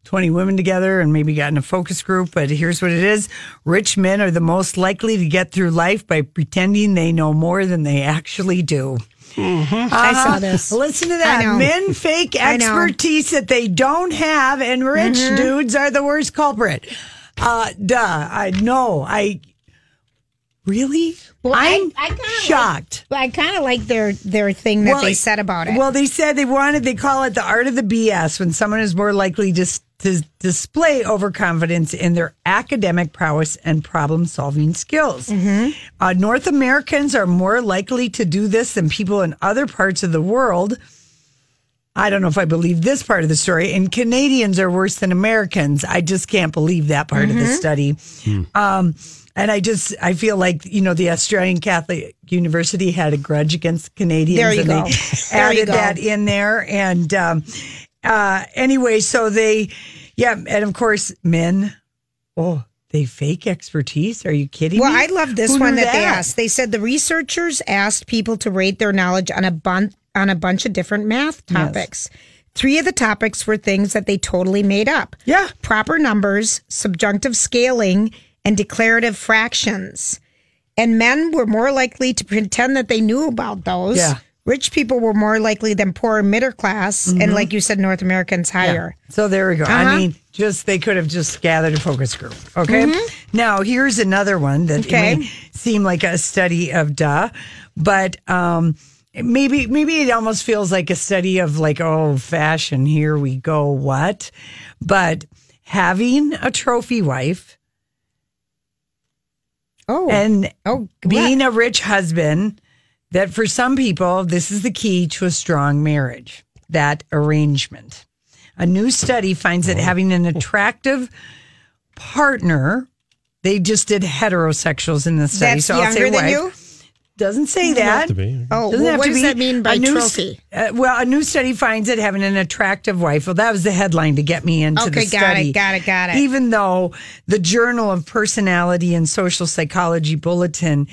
Speaker 4: twenty women together and maybe gotten a focus group. But here's what it is: rich men are the most likely to get through life by pretending they know more than they actually do.
Speaker 3: I saw this.
Speaker 4: Listen to
Speaker 3: I
Speaker 4: uh-huh. that.
Speaker 3: know.
Speaker 4: Men fake
Speaker 3: I know.
Speaker 4: expertise that they don't have, and rich dudes are the worst culprit. Uh, duh. I know. I really.
Speaker 3: Well, I-
Speaker 4: I'm
Speaker 3: I kinda like-
Speaker 4: shocked.
Speaker 3: But I kind of like their their thing that they said about it.
Speaker 4: Well, they said they wanted. They call it the art of the BS when someone is more likely to, s- to display overconfidence in their academic prowess and problem solving skills. Uh, North Americans are more likely to do this than people in other parts of the world. I don't know if I believe this part of the story. And Canadians are worse than Americans. I just can't believe that part
Speaker 3: Mm-hmm.
Speaker 4: of the study. Um, and I just I feel like you know the Australian Catholic University had a grudge against Canadians.
Speaker 3: There you
Speaker 4: and
Speaker 3: go.
Speaker 4: (laughs) They
Speaker 3: There you
Speaker 4: added
Speaker 3: go.
Speaker 4: that in there. And um, uh, anyway, so they, yeah, and of course men. Oh, they fake expertise. Are you kidding
Speaker 3: Well,
Speaker 4: me?
Speaker 3: I love this
Speaker 4: Who
Speaker 3: one
Speaker 4: knew
Speaker 3: that, they asked. They said the researchers asked people to rate their knowledge on a bun- on a bunch of different math topics. Three of the topics were things that they totally made up.
Speaker 4: Yeah.
Speaker 3: Proper numbers, subjunctive scaling, and declarative fractions. And men were more likely to pretend that they knew about those.
Speaker 4: Yeah.
Speaker 3: Rich people were more likely than poor and middle class,
Speaker 4: Mm-hmm.
Speaker 3: and like you said, North Americans higher.
Speaker 4: So there we go. I
Speaker 3: Uh-huh.
Speaker 4: mean, just they could have just gathered a focus group. Okay. Now here's another one that
Speaker 3: Mm-hmm. Okay.
Speaker 4: may seem like a study of duh, but um, maybe maybe it almost feels like a study of like oh fashion. Here we go. What? But having a trophy wife
Speaker 3: Oh,
Speaker 4: and
Speaker 3: oh,
Speaker 4: being a rich husband that for some people this is the key to a strong marriage that arrangement a new study finds
Speaker 3: Oh.
Speaker 4: that having an attractive partner they just did heterosexuals in this study
Speaker 3: that's
Speaker 4: so i'll
Speaker 3: younger
Speaker 4: say
Speaker 3: than
Speaker 4: wife
Speaker 3: you.
Speaker 4: doesn't say that
Speaker 1: To be.
Speaker 3: Oh,
Speaker 4: doesn't
Speaker 3: well,
Speaker 4: have
Speaker 3: what
Speaker 4: to
Speaker 3: does
Speaker 4: be.
Speaker 3: that mean by
Speaker 4: A new s-
Speaker 3: trophy?
Speaker 4: uh, well, a new study finds that having an attractive wife. Well, that was the headline to get me into the
Speaker 3: Okay, got it,
Speaker 4: study.
Speaker 3: got it, got it.
Speaker 4: Even though the Journal of Personality and Social Psychology Bulletin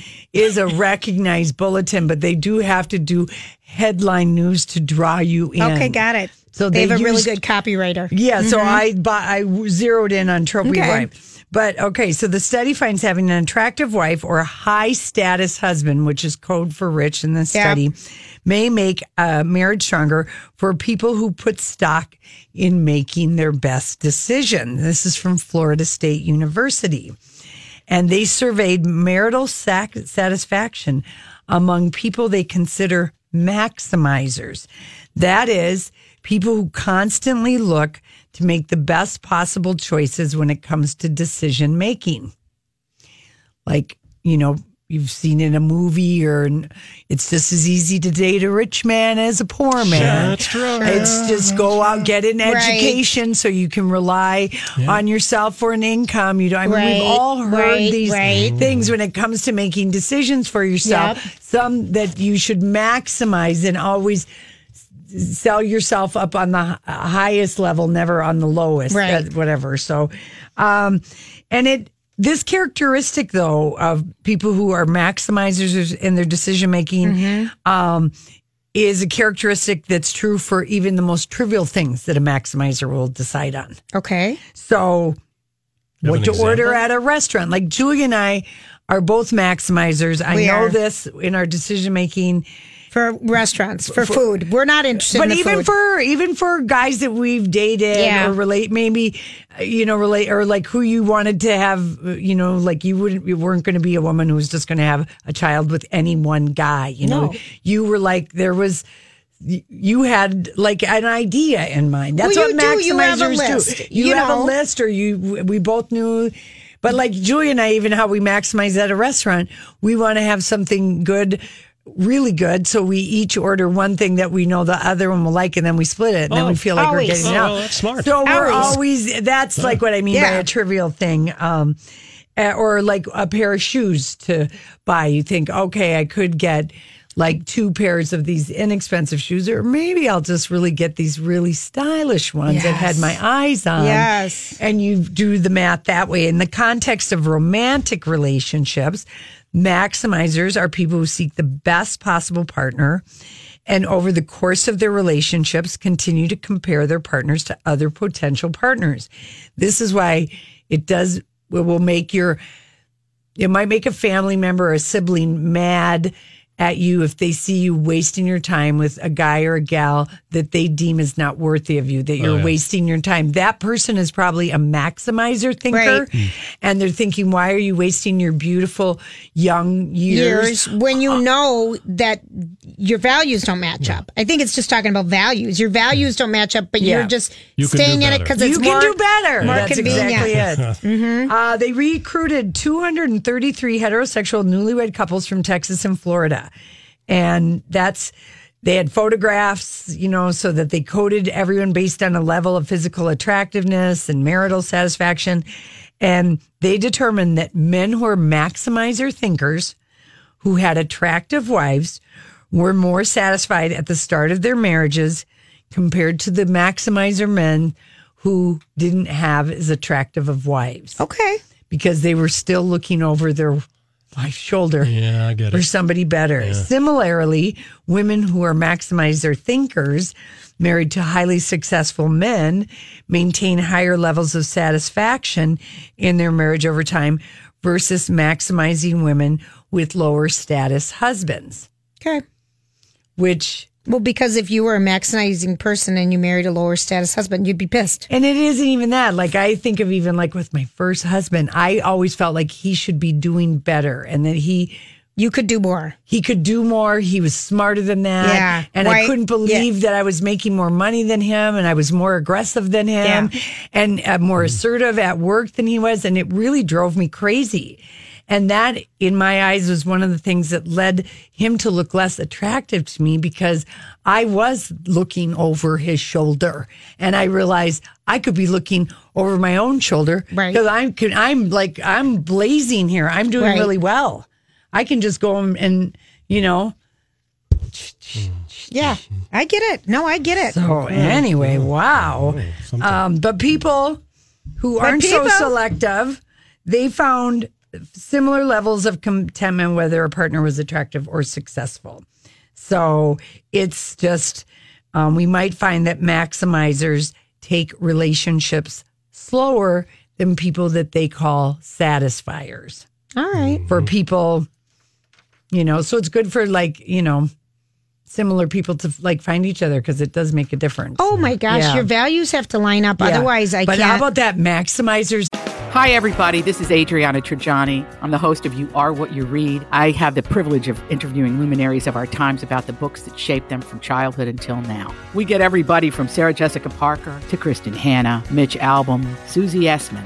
Speaker 3: (laughs)
Speaker 4: is a recognized bulletin, but they do have to do headline news to draw you in.
Speaker 3: Okay, got it.
Speaker 4: So
Speaker 3: they,
Speaker 4: they
Speaker 3: have a really
Speaker 4: used-
Speaker 3: good copywriter.
Speaker 4: Yeah, so I bu- I zeroed in on trophy
Speaker 3: Mm-hmm. Okay.
Speaker 4: wife. But okay, so the study finds having an attractive wife or a high status husband, which is code for rich in this
Speaker 3: Yeah.
Speaker 4: study, may make a marriage stronger for people who put stock in making their best decision. This is from Florida State University and they surveyed marital sac- satisfaction among people they consider maximizers. That is, people who constantly look to make the best possible choices when it comes to decision making. Like, you know, you've seen in a movie or in- it's just as easy to date a rich man as a poor man.
Speaker 1: That's true.
Speaker 4: It's just go out, get an
Speaker 3: Right.
Speaker 4: education so you can rely on yourself for an income. You know, I mean, we've
Speaker 3: Right,
Speaker 4: all heard
Speaker 3: right,
Speaker 4: these
Speaker 3: right.
Speaker 4: things when it comes to making decisions for yourself.
Speaker 3: Yep.
Speaker 4: Some that you should maximize and always s- sell yourself up on the h- highest level, never on the lowest,
Speaker 3: Right.
Speaker 4: uh, whatever. So, um, and it, this characteristic though of people who are maximizers in their decision making,
Speaker 3: Mm-hmm.
Speaker 4: um, is a characteristic that's true for even the most trivial things that a maximizer will decide on.
Speaker 3: Okay.
Speaker 4: So,
Speaker 1: You have
Speaker 4: what
Speaker 1: an
Speaker 4: to
Speaker 1: example?
Speaker 4: order at a restaurant? Like Julie and I are both maximizers. I
Speaker 3: We
Speaker 4: know
Speaker 3: are.
Speaker 4: this in our decision making,
Speaker 3: for restaurants for, food. We're not interested, in
Speaker 4: but
Speaker 3: the
Speaker 4: even
Speaker 3: food.
Speaker 4: for even for guys that we've dated
Speaker 3: Yeah.
Speaker 4: or relate, maybe uh, you know relate or like who you wanted to have, uh, you know, like you wouldn't you weren't going to be a woman who was just going to have a child with any one guy. You know,
Speaker 3: No.
Speaker 4: you were like there was. y- You had like an idea in mind. That's
Speaker 3: Well,
Speaker 4: what
Speaker 3: you do, you have a
Speaker 4: maximizers do.
Speaker 3: list,
Speaker 4: You,
Speaker 3: you
Speaker 4: have a
Speaker 3: know.
Speaker 4: list, or you we both knew. But like Julie and I, even how we maximize at a restaurant, we want to have something good, really good. So we each order one thing that we know the other one will like, and then we split it, and then we feel like
Speaker 3: always.
Speaker 4: we're getting it
Speaker 1: Oh,
Speaker 4: out.
Speaker 1: that's smart.
Speaker 4: So we're
Speaker 3: Always.
Speaker 4: always that's like what I mean by
Speaker 3: Yeah.
Speaker 4: a trivial thing. Um, uh, or like a pair of shoes to buy. You think, okay, I could get like two pairs of these inexpensive shoes, or maybe I'll just really get these really stylish ones I've had my eyes on.
Speaker 3: Yes.
Speaker 4: And you do the math that way. In the context of romantic relationships, maximizers are people who seek the best possible partner and over the course of their relationships continue to compare their partners to other potential partners. This is why it does, it will make your it might make a family member or a sibling mad at you if they see you wasting your time with a guy or a gal that they deem is not worthy of you, that you're
Speaker 1: yeah.
Speaker 4: wasting your time. That person is probably a maximizer thinker.
Speaker 3: Right.
Speaker 4: And they're thinking, why are you wasting your beautiful young years?
Speaker 3: years when you know that your values don't match up. I think it's just talking about values. Your values don't match up, but
Speaker 4: Yeah.
Speaker 3: you're just
Speaker 1: You can
Speaker 3: staying
Speaker 1: do
Speaker 3: in it
Speaker 1: better.
Speaker 3: because it's
Speaker 4: you
Speaker 3: more,
Speaker 4: can do better.
Speaker 3: more
Speaker 4: That's
Speaker 3: convenient.
Speaker 4: exactly it. (laughs) Uh, they recruited 233 heterosexual newlywed couples from Texas and Florida, and that's They had photographs, you know, so that they coded everyone based on a level of physical attractiveness and marital satisfaction. And they determined that men who are maximizer thinkers who had attractive wives were more satisfied at the start of their marriages compared to the maximizer men who didn't have as attractive of wives
Speaker 6: Oh.
Speaker 3: Okay.
Speaker 4: because they were still looking over their wife's shoulder
Speaker 1: Yeah, I get
Speaker 4: or
Speaker 1: it.
Speaker 4: somebody better. Similarly, women who are maximizer thinkers married to highly successful men maintain higher levels of satisfaction in their marriage over time versus maximizing women with lower status husbands,
Speaker 3: Okay.
Speaker 4: which
Speaker 3: Well, because if you were a maximizing person and you married a lower status husband, you'd be pissed.
Speaker 4: And it isn't even that. Like I think of even like with my first husband, I always felt like he should be doing better and that he
Speaker 3: You could do more.
Speaker 4: he could do more. He was smarter than that.
Speaker 3: Yeah.
Speaker 4: And I
Speaker 3: Why-
Speaker 4: couldn't believe that I was making more money than him and I was more aggressive than him
Speaker 3: Yeah.
Speaker 4: and uh, more assertive at work than he was. And it really drove me crazy. And that, in my eyes, was one of the things that led him to look less attractive to me because I was looking over his shoulder. And I realized I could be looking over my own shoulder.
Speaker 3: Right.
Speaker 4: Because I'm, I'm like, I'm blazing here. I'm doing
Speaker 3: Right.
Speaker 4: really well. I can just go and- and you know.
Speaker 3: Yeah. I get it. No, I get it.
Speaker 4: So Oh, anyway,
Speaker 3: Oh,
Speaker 4: wow. Um, but people who aren't so
Speaker 3: people-
Speaker 4: selective, they found similar levels of contentment whether a partner was attractive or successful. So it's just um, we might find that maximizers take relationships slower than people that they call satisfiers.
Speaker 3: All right.
Speaker 4: for people, you know. So it's good for like, you know, similar people to like find each other because it does make a difference.
Speaker 3: Oh my gosh,
Speaker 4: Yeah.
Speaker 3: your values have to line up.
Speaker 4: Yeah.
Speaker 3: Otherwise, I
Speaker 4: but
Speaker 3: can't.
Speaker 4: how about that maximizers?
Speaker 7: Hi, everybody. This is Adriana Trajani. I'm the host of You Are What You Read. I have the privilege of interviewing luminaries of our times about the books that shaped them from childhood until now. We get everybody from Sarah Jessica Parker to Kristen Hanna, Mitch Albom, Susie Essman,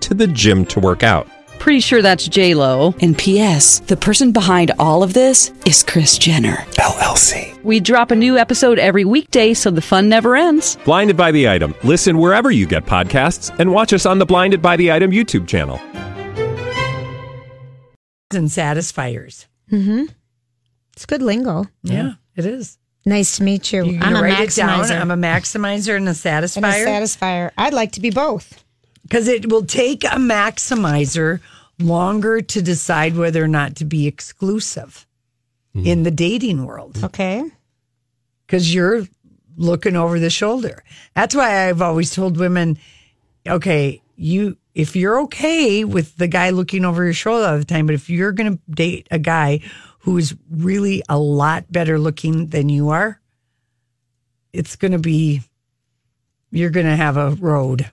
Speaker 8: to the gym to work out.
Speaker 7: Pretty sure that's J Lo.
Speaker 9: And P.S. The person behind all of this is Chris Jenner.
Speaker 8: LLC.
Speaker 7: We drop a new episode every weekday, so the fun never ends.
Speaker 8: Blinded by the item. Listen wherever you get podcasts, and watch us on the Blinded by the Item YouTube channel.
Speaker 4: and satisfiers.
Speaker 3: Mm-hmm. it's good lingo.
Speaker 4: Yeah, it is.
Speaker 3: Nice to meet you.
Speaker 4: You can
Speaker 3: I'm a
Speaker 4: write it down.
Speaker 3: maximizer.
Speaker 4: I'm a maximizer and
Speaker 3: and
Speaker 4: a
Speaker 3: a
Speaker 4: satisfier
Speaker 3: satisfier. I'd like to be both.
Speaker 4: because it will take a maximizer longer to decide whether or not to be exclusive in the dating world.
Speaker 3: Okay.
Speaker 4: because you're looking over the shoulder. That's why I've always told women, okay, you if you're okay with the guy looking over your shoulder all the time, but if you're going to date a guy who's really a lot better looking than you are, it's going to be you're going to have a road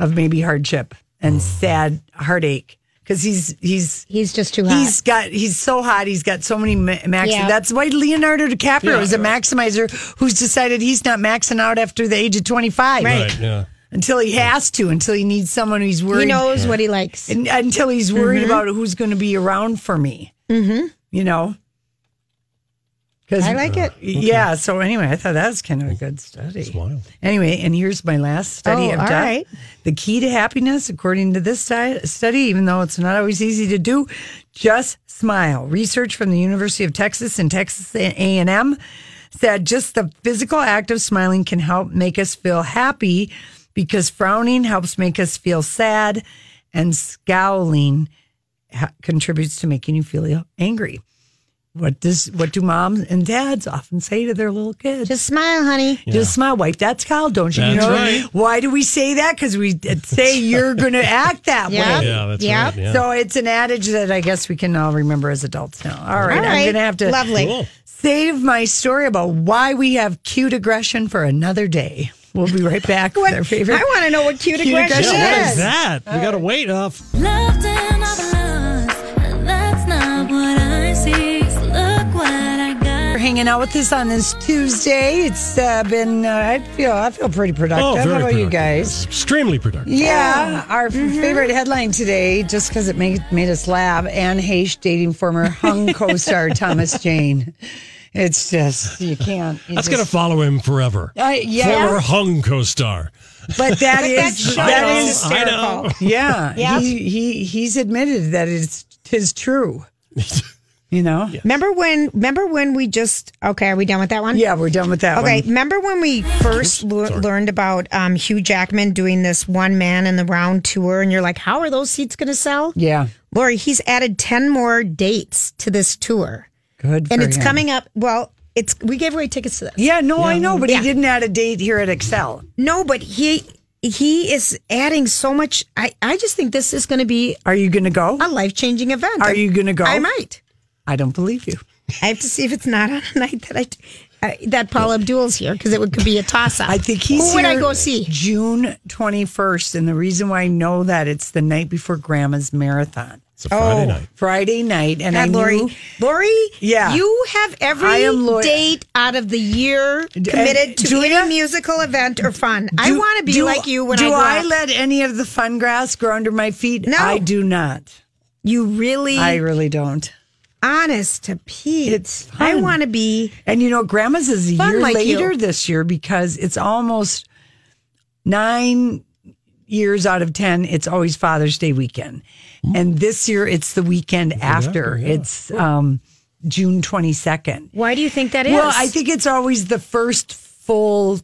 Speaker 4: of maybe hardship and sad heartache because he's he's
Speaker 3: He's just too hot.
Speaker 4: He's got he's so hot. He's got so many ma- max.
Speaker 3: Yeah.
Speaker 4: That's why Leonardo DiCaprio is a maximizer who's decided he's not maxing out after the age of twenty five.
Speaker 1: Right. Yeah.
Speaker 4: Until he has to. Until he needs someone who's worried.
Speaker 3: he knows what he likes.
Speaker 4: and- until he's worried
Speaker 3: Mm-hmm.
Speaker 4: about who's going to be around for me. Mm-hmm. You know. Because
Speaker 3: I like it.
Speaker 4: Yeah. So anyway, I thought that was kind of a good study.
Speaker 1: It's wild.
Speaker 4: Anyway, and here's my last study
Speaker 3: Oh,
Speaker 4: of
Speaker 3: all
Speaker 4: death.
Speaker 3: right.
Speaker 4: The key to happiness, according to this sti- study, even though it's not always easy to do, just smile. Research from the University of Texas and Texas A&M said just the physical act of smiling can help make us feel happy because frowning helps make us feel sad and scowling ha- contributes to making you feel angry What does what do moms and dads often say to their little kids? Just
Speaker 3: smile, honey.
Speaker 4: Just smile. Wipe that scowl, don't you? you
Speaker 1: That's
Speaker 4: know
Speaker 1: right.
Speaker 4: why do we say that? Because we say you're going
Speaker 1: (laughs)
Speaker 4: to act that
Speaker 1: Yep.
Speaker 4: way.
Speaker 1: Yeah, that's Yep. right, yeah.
Speaker 4: So it's an adage that I guess we can all remember as adults now. All right,
Speaker 3: All
Speaker 4: I'm
Speaker 3: right.
Speaker 4: going to have to
Speaker 3: Lovely. Cool.
Speaker 4: save my story about why we have cute aggression for another day. We'll be right back with our favorite.
Speaker 3: I wanna know what cute aggression
Speaker 1: Yeah,
Speaker 3: is.
Speaker 1: What is that? We got to wait uh, off.
Speaker 10: Loved in our bloods. That's not what I see. So Look what I got.
Speaker 4: We're hanging out with us on this Tuesday. It's uh, been uh, I feel I feel pretty productive.
Speaker 1: Oh,
Speaker 4: How
Speaker 1: very
Speaker 4: about you
Speaker 1: productive.
Speaker 4: guys?
Speaker 1: Extremely productive.
Speaker 4: Yeah,
Speaker 3: Oh.
Speaker 4: our
Speaker 3: Mm-hmm.
Speaker 4: favorite headline today, just because it made made us laugh. Anne Heche dating former
Speaker 3: (laughs)
Speaker 4: Hung co-star Thomas Jane. It's just you can't. You
Speaker 1: That's
Speaker 4: just-
Speaker 1: going to follow him forever.
Speaker 4: Uh, yeah.
Speaker 1: Former Hung co star.
Speaker 3: (laughs) But
Speaker 4: But that
Speaker 3: that
Speaker 4: is
Speaker 3: show
Speaker 4: that
Speaker 3: is
Speaker 4: is
Speaker 3: hysterical. I know.
Speaker 4: Yeah,
Speaker 3: Yeah.
Speaker 4: He, he he's admitted that it's tis true. You know.
Speaker 3: Remember when? Remember when we just? Okay, are we done with that one?
Speaker 4: Yeah, we're done with that.
Speaker 3: Okay,
Speaker 4: one.
Speaker 3: remember when we first lear- learned about um, Hugh Jackman doing this one man in the round tour, and you're like, how are those seats going to sell?
Speaker 4: Yeah.
Speaker 3: Lori, he's added 10 more dates to this tour.
Speaker 4: Good.
Speaker 3: and
Speaker 4: for
Speaker 3: it's
Speaker 4: him.
Speaker 3: coming up. Well, it's we gave away tickets to this.
Speaker 4: Yeah, no, I know, but
Speaker 3: Yeah.
Speaker 4: he didn't add a date here at Excel.
Speaker 3: No, but he he is adding so much. I, I just think this is going to be
Speaker 4: Are you going to go?
Speaker 3: a life changing event.
Speaker 4: Are you gonna go?
Speaker 3: I might.
Speaker 4: I don't believe you.
Speaker 3: I have to see if it's not on a (laughs) night that I. I- uh, that Paul Abdul's here because it would could be a toss up.
Speaker 4: I think he's
Speaker 3: Who would I
Speaker 4: here
Speaker 3: go see?
Speaker 4: June 21st. And the reason why I know that it's the night before Grandma's marathon.
Speaker 1: It's a Friday
Speaker 3: Oh.
Speaker 1: night.
Speaker 4: Friday night. And I
Speaker 3: God, Lori,
Speaker 4: knew
Speaker 3: Lori,
Speaker 4: Yeah.
Speaker 3: you have every
Speaker 4: I am Lori-
Speaker 3: date out of the year committed to
Speaker 4: Julia?
Speaker 3: any musical event or fun. I
Speaker 4: Do-
Speaker 3: want to be
Speaker 4: do-
Speaker 3: like you when I
Speaker 4: Do
Speaker 3: grow
Speaker 4: I,
Speaker 3: up.
Speaker 4: let any of the fun grass grow under my feet?
Speaker 3: No. E-
Speaker 4: I do not.
Speaker 3: you really
Speaker 4: I really don't.
Speaker 3: honest to Pete.
Speaker 4: It's
Speaker 3: I
Speaker 4: fun.
Speaker 3: want to be
Speaker 4: And you know, Grandma's is a
Speaker 3: Fun
Speaker 4: year
Speaker 3: like
Speaker 4: later
Speaker 3: you.
Speaker 4: this year because it's almost nine years out of 10, it's always Father's Day weekend. And this year, it's the weekend after. It's um, June 22nd.
Speaker 3: Why do you think that is?
Speaker 4: Well, I think it's always the first full,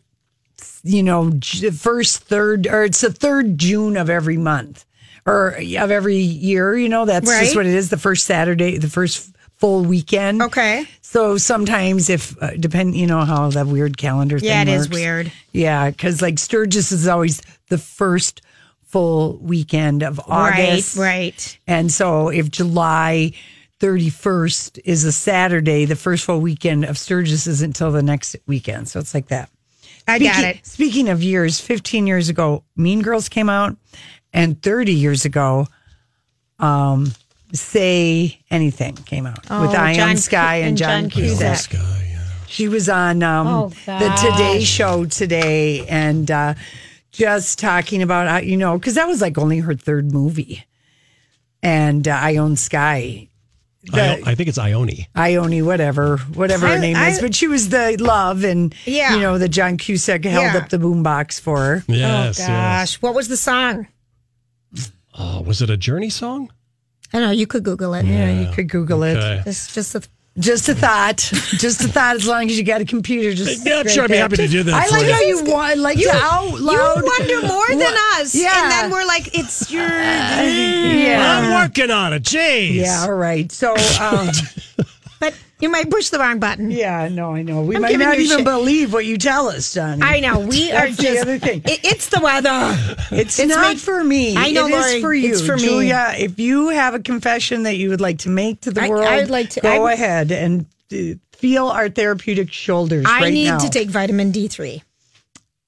Speaker 4: you know, j- first third, or it's the third June of every month or of every year. You know, that's
Speaker 3: Right.
Speaker 4: just what it is. The first Saturday, the first full weekend.
Speaker 3: Okay.
Speaker 4: So sometimes, if uh, depend, you know how that weird calendar thing.
Speaker 3: Yeah, it is
Speaker 4: works.
Speaker 3: weird.
Speaker 4: Yeah, because like Sturgis is always the first full weekend of August,
Speaker 3: Right, right.
Speaker 4: and so if July 31st is a Saturday, the first full weekend of Sturgis isn't until the next weekend. So it's like that.
Speaker 3: I
Speaker 4: speaking,
Speaker 3: got it.
Speaker 4: Speaking of years, 15 years ago, Mean Girls came out, and 30 years ago, um, Say Anything came out with
Speaker 3: Oh,
Speaker 4: Ion
Speaker 3: John
Speaker 4: Sky
Speaker 3: Cu-
Speaker 4: and John, Cusack. She was on um,
Speaker 3: Oh,
Speaker 4: the Today Show today and uh, just talking about, uh, you know, because that was like only her third movie. And uh, I Own Sky,
Speaker 1: I, I think it's Ione.
Speaker 4: Ione, whatever, whatever
Speaker 3: I-
Speaker 4: her name
Speaker 3: I-
Speaker 4: is. But she was the love and,
Speaker 3: Yeah.
Speaker 4: you know, the John Cusack held
Speaker 3: Yeah.
Speaker 4: up the boombox for her.
Speaker 1: Yes. yes.
Speaker 3: oh gosh, what was the song?
Speaker 1: Oh, was it a Journey song?
Speaker 3: I know you could Google it.
Speaker 4: Yeah, you could Google it.
Speaker 1: Okay.
Speaker 3: It's just a
Speaker 4: Just a thought. Just a thought. As long as you got a computer, just
Speaker 1: Yeah, I'm sure I'd be happy to do that
Speaker 4: I
Speaker 1: for
Speaker 4: like
Speaker 1: you.
Speaker 4: how you want, like
Speaker 3: You-
Speaker 4: to out loud.
Speaker 3: You wonder more than
Speaker 4: What-
Speaker 3: us.
Speaker 4: Yeah.
Speaker 3: And then we're like, it's your.
Speaker 4: yeah.
Speaker 1: I'm working on it. Jeez.
Speaker 4: Yeah, all right. So,
Speaker 1: (laughs)
Speaker 4: um,
Speaker 3: But you might push the wrong button.
Speaker 4: yeah, no, I know. We
Speaker 3: I'm
Speaker 4: might
Speaker 3: giving
Speaker 4: not
Speaker 3: you
Speaker 4: even
Speaker 3: shit.
Speaker 4: believe what you tell us, Johnny.
Speaker 3: I know. We are
Speaker 4: That's
Speaker 3: just.
Speaker 4: the other thing.
Speaker 3: It- it's the weather.
Speaker 4: It's,
Speaker 3: It's
Speaker 4: not
Speaker 3: make-
Speaker 4: for me.
Speaker 3: I know,
Speaker 4: It is
Speaker 3: Lori.
Speaker 4: for you.
Speaker 3: It's for me.
Speaker 4: Julia, if you have a confession that you would like to make to the
Speaker 3: I-
Speaker 4: world,
Speaker 3: I'd like to-
Speaker 4: go
Speaker 3: I'm-
Speaker 4: ahead and uh, feel our therapeutic shoulders
Speaker 3: I
Speaker 4: right
Speaker 3: need
Speaker 4: now.
Speaker 3: to take vitamin D3.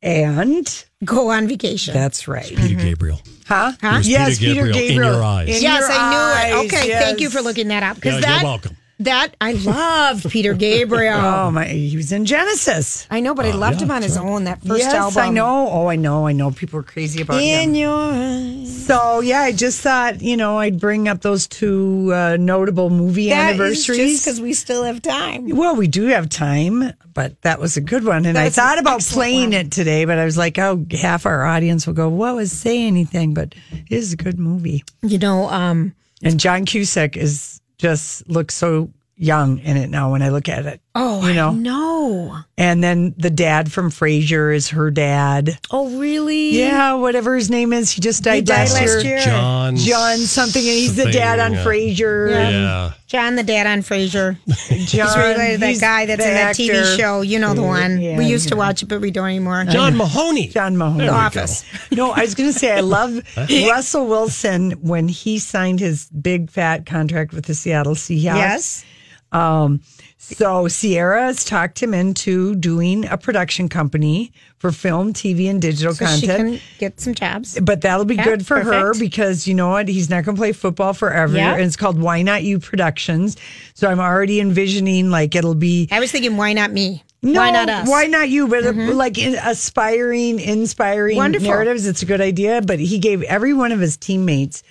Speaker 4: And
Speaker 3: Go on vacation.
Speaker 4: that's right.
Speaker 1: Peter Gabriel.
Speaker 4: Huh?
Speaker 3: Huh?
Speaker 1: There's
Speaker 4: Yes,
Speaker 1: Peter
Speaker 4: Peter
Speaker 1: Gabriel, in
Speaker 4: Gabriel.
Speaker 1: your eyes.
Speaker 4: In
Speaker 3: yes,
Speaker 4: your
Speaker 3: I knew it.
Speaker 4: eyes,
Speaker 3: Okay, thank you for
Speaker 4: yes.
Speaker 3: looking that up.
Speaker 1: Yeah,
Speaker 3: Because
Speaker 1: you're
Speaker 3: that,
Speaker 1: welcome.
Speaker 3: that I loved Peter Gabriel.
Speaker 4: (laughs) Oh my! He was in Genesis.
Speaker 3: I know, but I loved
Speaker 1: Oh, yeah,
Speaker 3: him on his own that first
Speaker 4: yes,
Speaker 3: album.
Speaker 4: I know. Oh, I know. I know. People are crazy about him.
Speaker 3: In your eyes.
Speaker 4: So yeah, I just thought you know I'd bring up those two uh, notable movie anniversaries.
Speaker 3: because we still have time.
Speaker 4: well, we do have time, but that was a good one, and I
Speaker 3: That's an
Speaker 4: thought about
Speaker 3: excellent
Speaker 4: playing
Speaker 3: one.
Speaker 4: it today, but I was like, oh, half our audience will go, "What was say anything?" But it is a good movie,
Speaker 3: You know, um,
Speaker 4: and John Cusack is just looks so young in it now when I look at it.
Speaker 3: Oh,
Speaker 4: you know,
Speaker 3: no.
Speaker 4: and then the dad from Frasier is her dad.
Speaker 3: Oh, really?
Speaker 4: Yeah, whatever his name is, he just died,
Speaker 3: He died last year.
Speaker 1: John
Speaker 4: John something, and he's the
Speaker 1: something,
Speaker 4: dad on
Speaker 1: uh,
Speaker 4: Frasier.
Speaker 1: Yeah.
Speaker 4: Um,
Speaker 3: John, the dad on Frasier.
Speaker 4: John,
Speaker 3: he's related to that
Speaker 4: he's
Speaker 3: guy that's
Speaker 4: the
Speaker 3: in that
Speaker 4: actor.
Speaker 3: TV show. You know the one.
Speaker 4: Yeah,
Speaker 3: we used
Speaker 4: you
Speaker 3: to watch it, but we don't anymore.
Speaker 1: John Mahoney.
Speaker 4: John Mahoney.
Speaker 3: The Office.
Speaker 4: No, I was going to say I love Russell Wilson when he signed his big fat contract with the Seattle Seahawks.
Speaker 3: Yes.
Speaker 4: Um, so Sierra has talked him into doing a production company for film, TV, and digital
Speaker 3: So she
Speaker 4: content.
Speaker 3: can get some jobs.
Speaker 4: But that'll be
Speaker 3: Yeah,
Speaker 4: good for her
Speaker 3: perfect.
Speaker 4: because you know what? He's not going to play football forever.
Speaker 3: Yeah.
Speaker 4: And it's called Why Not You Productions. So I'm already envisioning like it'll be.
Speaker 3: I was thinking, why not me?
Speaker 4: No,
Speaker 3: why not us? Mm-hmm.
Speaker 4: Why not you? But uh, like in, aspiring, inspiring
Speaker 3: Wonderful.
Speaker 4: narratives. It's a good idea. But he gave every one of his teammates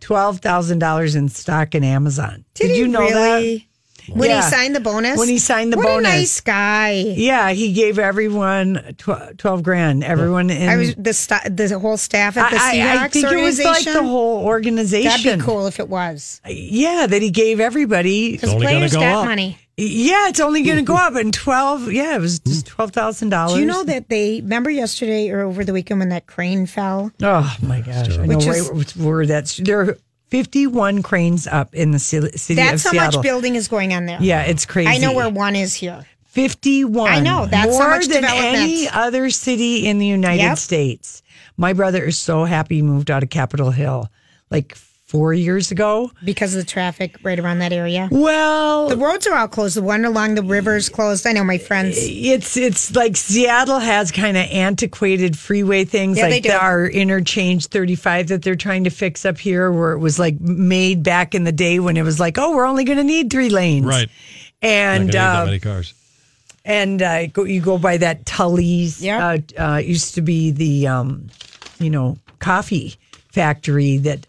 Speaker 4: twelve thousand dollars in stock in Amazon. Did,
Speaker 3: he
Speaker 4: you know
Speaker 3: really?
Speaker 4: that?
Speaker 3: When
Speaker 4: Yeah.
Speaker 3: he signed the bonus?
Speaker 4: When he signed the
Speaker 3: what
Speaker 4: bonus.
Speaker 3: a nice guy.
Speaker 4: yeah, he gave everyone tw- twelve grand. Everyone in
Speaker 3: I was the st- the whole staff at the
Speaker 4: I-
Speaker 3: Seahawks
Speaker 4: I- I think it was
Speaker 3: organization.
Speaker 4: like the whole
Speaker 3: That'd
Speaker 4: organization.
Speaker 3: be cool if it was.
Speaker 4: Yeah, that he gave everybody.
Speaker 3: Because players got money.
Speaker 4: Yeah, it's only going
Speaker 3: (laughs)
Speaker 4: to go up. And 12, yeah, it was just $12,000.
Speaker 3: Do you know that they remember yesterday or over the weekend when that crane fell?
Speaker 4: Oh, my gosh. I know
Speaker 3: Which
Speaker 4: right
Speaker 3: is-
Speaker 4: where- where that's. There are 51 cranes up in the ci- city
Speaker 3: That's how
Speaker 4: of Seattle.
Speaker 3: much building is going on there.
Speaker 4: Yeah, it's crazy.
Speaker 3: I know where one is here.
Speaker 4: 51.
Speaker 3: I know, that's how
Speaker 4: More
Speaker 3: much
Speaker 4: than
Speaker 3: development.
Speaker 4: any other city in the United
Speaker 3: Yep.
Speaker 4: States. My brother is so happy he moved out of Capitol Hill like four years ago.
Speaker 3: Because of the traffic right around that area.
Speaker 4: Well,
Speaker 3: The roads are all closed. The one along the river is closed. I know my friends.
Speaker 4: it's it's like Seattle has kind of antiquated freeway things
Speaker 3: Yeah, they
Speaker 4: like
Speaker 3: do.
Speaker 4: the, our interchange 35 that they're trying to fix up here where it was like made back in the day when it was like oh we're only going to need three lanes
Speaker 1: Right. Not gonna
Speaker 4: and
Speaker 1: need that
Speaker 4: uh,
Speaker 1: many cars.
Speaker 4: and uh, go, you go by that Tully's
Speaker 3: Yeah.
Speaker 4: uh, uh, it used to be the um, you know coffee factory that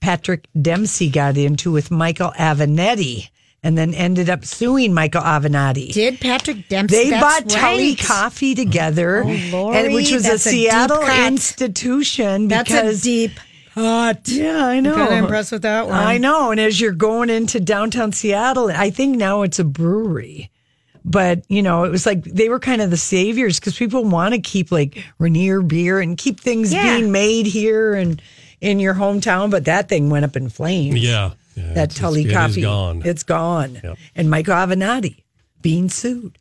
Speaker 4: Patrick Dempsey got into with Michael Avenetti and then ended up suing Michael Avenetti
Speaker 3: Did Patrick Dempsey?
Speaker 4: they
Speaker 3: that's
Speaker 4: bought Tully
Speaker 3: right. Oh,
Speaker 4: coffee together,
Speaker 3: Lori,
Speaker 4: and which was a
Speaker 3: that's a deep
Speaker 4: Seattle
Speaker 3: cut.
Speaker 4: institution.
Speaker 3: That's
Speaker 4: because,
Speaker 3: a deep.
Speaker 4: Uh, yeah, I know.
Speaker 3: Kinda impressed with that one.
Speaker 4: I know. And as you're going into downtown Seattle, I think now it's a brewery. But you know, it was like they were kind of the saviors because people want to keep like Rainier beer and keep things
Speaker 3: Yeah.
Speaker 4: being made here and in your hometown. But that thing went up in flames.
Speaker 1: Yeah. yeah it's-
Speaker 4: that
Speaker 1: it's-
Speaker 4: Tully
Speaker 1: it is
Speaker 4: coffee,
Speaker 1: gone.
Speaker 4: It's gone.
Speaker 1: Yep.
Speaker 4: And Michael Avenatti being sued.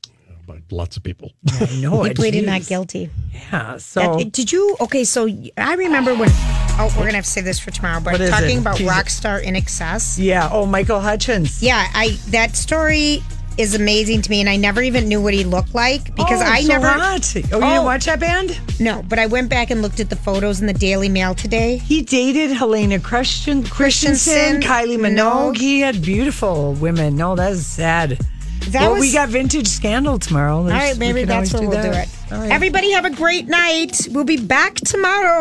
Speaker 1: by lots of people.
Speaker 4: Oh, I Oh. know
Speaker 3: He
Speaker 4: it
Speaker 3: pleaded not
Speaker 4: is.
Speaker 3: guilty.
Speaker 4: Yeah. So
Speaker 3: That- did you? Okay, so I remember when. Oh, we're gonna have to save this for tomorrow. But
Speaker 4: What is
Speaker 3: talking
Speaker 4: it?
Speaker 3: about
Speaker 4: Jesus.
Speaker 3: Rockstar in excess.
Speaker 4: yeah. Oh, Michael Hutchins.
Speaker 3: Yeah, I that story is amazing to me, and I never even knew what he looked like because
Speaker 4: Oh,
Speaker 3: I
Speaker 4: so
Speaker 3: never.
Speaker 4: hot. Oh, you didn't watch that band?
Speaker 3: No, but I went back and looked at the photos in the Daily Mail today.
Speaker 4: He dated Helena Christian
Speaker 3: Christensen,
Speaker 4: Christensen, Kylie
Speaker 3: Minogue.
Speaker 4: Minogue. He had beautiful women. No, that is sad.
Speaker 3: That
Speaker 4: well,
Speaker 3: was-
Speaker 4: we got Vintage Scandal tomorrow.
Speaker 3: All right, maybe that's where we'll do it. Everybody have a great night. We'll be back tomorrow.